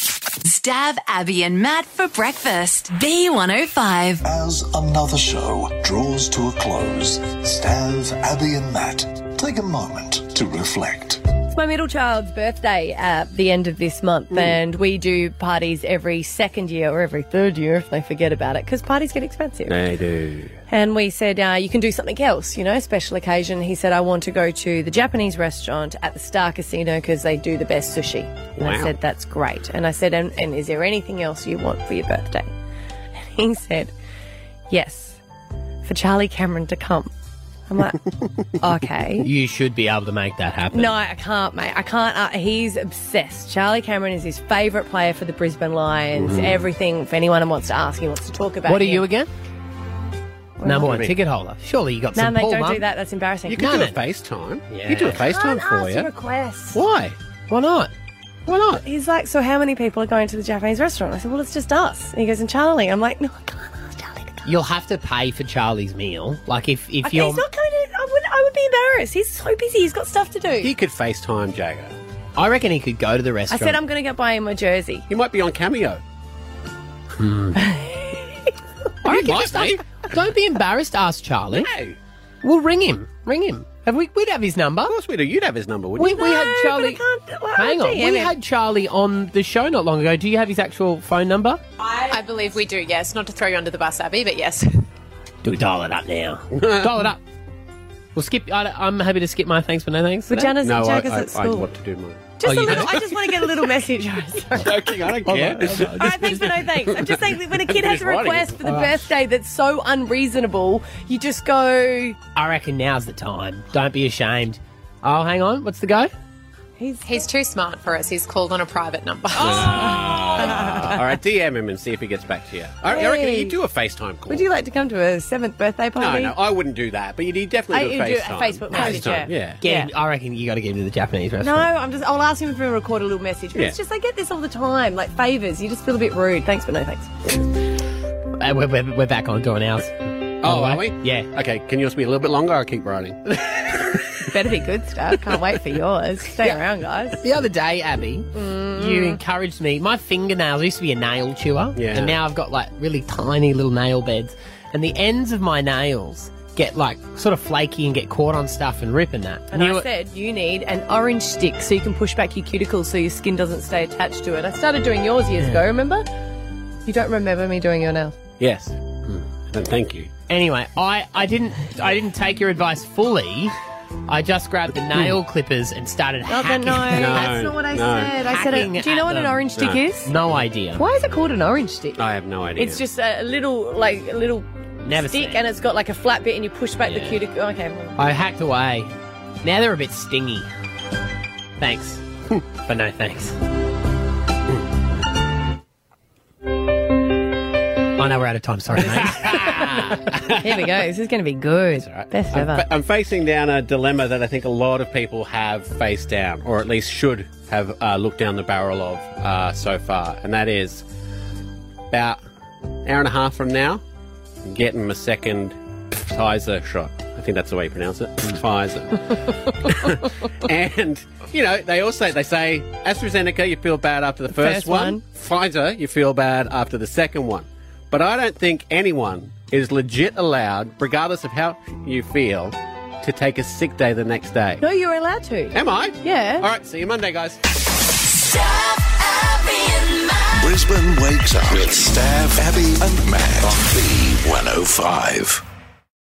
[SPEAKER 5] Stab Abby and Matt for breakfast. B105.
[SPEAKER 1] As another show draws to a close, Stav, Abby, and Matt take a moment to reflect.
[SPEAKER 4] It's my middle child's birthday at the end of this month, and we do parties every second year or every third year if they forget about it because parties get expensive.
[SPEAKER 3] They do.
[SPEAKER 4] And we said, uh, you can do something else, you know, special occasion. He said, I want to go to the Japanese restaurant at the Star Casino because they do the best sushi. And I
[SPEAKER 21] Wow.
[SPEAKER 4] said, that's great. And I said, and, and is there anything else you want for your birthday? And he said, yes, for Charlie Cameron to come. I'm like, okay.
[SPEAKER 2] You should be able to make that happen.
[SPEAKER 4] No, I can't, mate. I can't. Uh, he's obsessed. Charlie Cameron is his favourite player for the Brisbane Lions.
[SPEAKER 2] Mhm.
[SPEAKER 4] Everything, if anyone wants to ask, he wants to talk about
[SPEAKER 2] What are
[SPEAKER 4] him.
[SPEAKER 2] you again?
[SPEAKER 3] Oh,
[SPEAKER 4] What
[SPEAKER 2] Number one
[SPEAKER 4] do you mean?
[SPEAKER 2] ticket holder. Surely you got
[SPEAKER 4] No,
[SPEAKER 2] some
[SPEAKER 4] mate,
[SPEAKER 2] pull,
[SPEAKER 4] don't
[SPEAKER 2] mum.
[SPEAKER 4] do that. That's embarrassing.
[SPEAKER 2] You could No, do a no.
[SPEAKER 3] FaceTime.
[SPEAKER 2] Yeah.
[SPEAKER 3] You do a
[SPEAKER 4] Can't
[SPEAKER 3] FaceTime for
[SPEAKER 4] ask
[SPEAKER 3] you.
[SPEAKER 4] a request.
[SPEAKER 2] Why? Why not? Why not?
[SPEAKER 4] He's like, so how many people are going to the Japanese restaurant? I said, well, it's just us. And he goes, and Charlie. I'm like, no, I can't.
[SPEAKER 2] You'll have to pay for Charlie's meal. Like if if
[SPEAKER 4] Okay,
[SPEAKER 2] you're
[SPEAKER 4] he's not going to. I would, I would be embarrassed. He's so busy. He's got stuff to do.
[SPEAKER 3] He could FaceTime Jagger.
[SPEAKER 2] I reckon he could go to the
[SPEAKER 4] I said, I'm going to go buy him a jersey.
[SPEAKER 3] He might be on Cameo. Hmm.
[SPEAKER 2] I reckon just ask- don't be embarrassed. Ask Charlie. No. We'll ring him. Ring him. Have we? We'd have his number. Of
[SPEAKER 3] course we do. You'd have his number, wouldn't
[SPEAKER 2] we,
[SPEAKER 3] you?
[SPEAKER 2] We
[SPEAKER 3] No,
[SPEAKER 2] had
[SPEAKER 3] but I
[SPEAKER 2] Charlie.
[SPEAKER 4] can't- well,
[SPEAKER 2] Hang
[SPEAKER 4] I
[SPEAKER 2] on.
[SPEAKER 4] DM
[SPEAKER 2] We
[SPEAKER 4] him.
[SPEAKER 2] had Charlie on the show not long ago. Do you have his actual phone number?
[SPEAKER 22] I, I believe we do, yes. Not to throw you under the bus, Abby, but yes.
[SPEAKER 2] Do dial it up now. dial it up. We'll skip. I, I'm happy to skip my thanks, but no thanks.
[SPEAKER 4] But Janice-
[SPEAKER 3] No, I,
[SPEAKER 4] Jagger's
[SPEAKER 3] I,
[SPEAKER 4] at
[SPEAKER 3] I
[SPEAKER 4] school.
[SPEAKER 3] want to do mine.
[SPEAKER 4] Just
[SPEAKER 3] Oh,
[SPEAKER 4] a
[SPEAKER 3] you
[SPEAKER 4] little.
[SPEAKER 3] do?
[SPEAKER 4] I just want to get a little message. I'm sorry.
[SPEAKER 3] Joking, I don't care.
[SPEAKER 4] All right, thanks, but no thanks. I'm just saying that when a kid has
[SPEAKER 2] Just
[SPEAKER 4] a
[SPEAKER 2] writing it.
[SPEAKER 4] request for the
[SPEAKER 2] Oh.
[SPEAKER 4] birthday that's so unreasonable, you just go.
[SPEAKER 2] I reckon now's the time. Don't be ashamed. Oh, hang on. What's the go?
[SPEAKER 4] He's, Oh.
[SPEAKER 22] too smart for us. He's called on a private number.
[SPEAKER 3] Ah, all right, DM him and see if he gets back to you. I, I reckon
[SPEAKER 4] Hey.
[SPEAKER 3] you do a FaceTime call.
[SPEAKER 4] Would you like to come to a seventh birthday
[SPEAKER 3] no,
[SPEAKER 4] party?
[SPEAKER 3] no, I wouldn't do that, but you would
[SPEAKER 4] I-
[SPEAKER 3] definitely do a
[SPEAKER 4] you do a
[SPEAKER 3] FaceTime.
[SPEAKER 4] Facebook message, yeah.
[SPEAKER 3] FaceTime, yeah.
[SPEAKER 2] Get him- I reckon you got to get him to the Japanese
[SPEAKER 4] No,
[SPEAKER 2] restaurant.
[SPEAKER 4] I'm just. I'll ask him if we record a little message. But
[SPEAKER 2] Yeah.
[SPEAKER 4] It's just I get this all the time, like favors. You just feel a bit rude. Thanks, but no thanks.
[SPEAKER 2] Uh, we're, we're, we're back on doing ours.
[SPEAKER 3] Oh, are
[SPEAKER 2] By the way.
[SPEAKER 3] we? Yeah. Okay, can yours be a little bit longer? I'll keep writing.
[SPEAKER 4] Better be good stuff. Can't wait for yours. Stay around, guys. Mm.
[SPEAKER 2] The other day, Abby, You encouraged me. My fingernails I used to be a nail chewer,
[SPEAKER 3] Yeah.
[SPEAKER 2] and now I've got like really tiny little nail beds, and the ends of my nails get like sort of flaky and get caught on stuff and rip and that.
[SPEAKER 4] And I said you need an orange stick so you can push back your cuticles so your skin doesn't stay attached to it. I started doing yours years ago. Remember? You don't remember me doing your nails.
[SPEAKER 3] Yes. Hmm. And thank you.
[SPEAKER 2] Anyway, I, I didn't I didn't take your advice fully. I just grabbed the nail
[SPEAKER 3] Mm-hmm.
[SPEAKER 2] clippers and started
[SPEAKER 4] Oh, but
[SPEAKER 2] hacking.
[SPEAKER 4] no, that's not what I said. I said,
[SPEAKER 2] Hacking
[SPEAKER 4] a, do you know
[SPEAKER 2] at
[SPEAKER 4] what an
[SPEAKER 2] them.
[SPEAKER 4] orange stick is?
[SPEAKER 2] No idea.
[SPEAKER 4] Why is it called an orange stick?
[SPEAKER 3] I have no idea.
[SPEAKER 4] It's just a little, like a little
[SPEAKER 2] Never
[SPEAKER 4] stick,
[SPEAKER 2] seen.
[SPEAKER 4] and it's got like a flat bit, and you push back
[SPEAKER 2] Yeah.
[SPEAKER 4] the cuticle. Okay. well,
[SPEAKER 2] I hacked away. Now they're a bit stingy. Thanks,
[SPEAKER 3] Hmm.
[SPEAKER 2] but no thanks. I know we're out of time. Sorry, mate.
[SPEAKER 4] Here we go. This is going to be good. Best
[SPEAKER 3] I'm,
[SPEAKER 4] ever.
[SPEAKER 3] fa- I'm facing down a dilemma that I think a lot of people have faced down, or at least should have uh, looked down the barrel of uh, so far, and that is about an hour and a half from now, I'm getting my second Pfizer shot. I think that's the way you pronounce it. Pfizer. and you know, they also they say AstraZeneca, you feel bad after the
[SPEAKER 4] first
[SPEAKER 3] first, one. Pfizer, you feel bad after the second one. But I don't think anyone is legit allowed, regardless of how you feel, to take a sick day the next day.
[SPEAKER 4] No, you're allowed to.
[SPEAKER 3] Am I?
[SPEAKER 4] Yeah.
[SPEAKER 3] All right, see you Monday, guys.
[SPEAKER 6] Brisbane wakes up with Stav, Abby, and Matt on B105.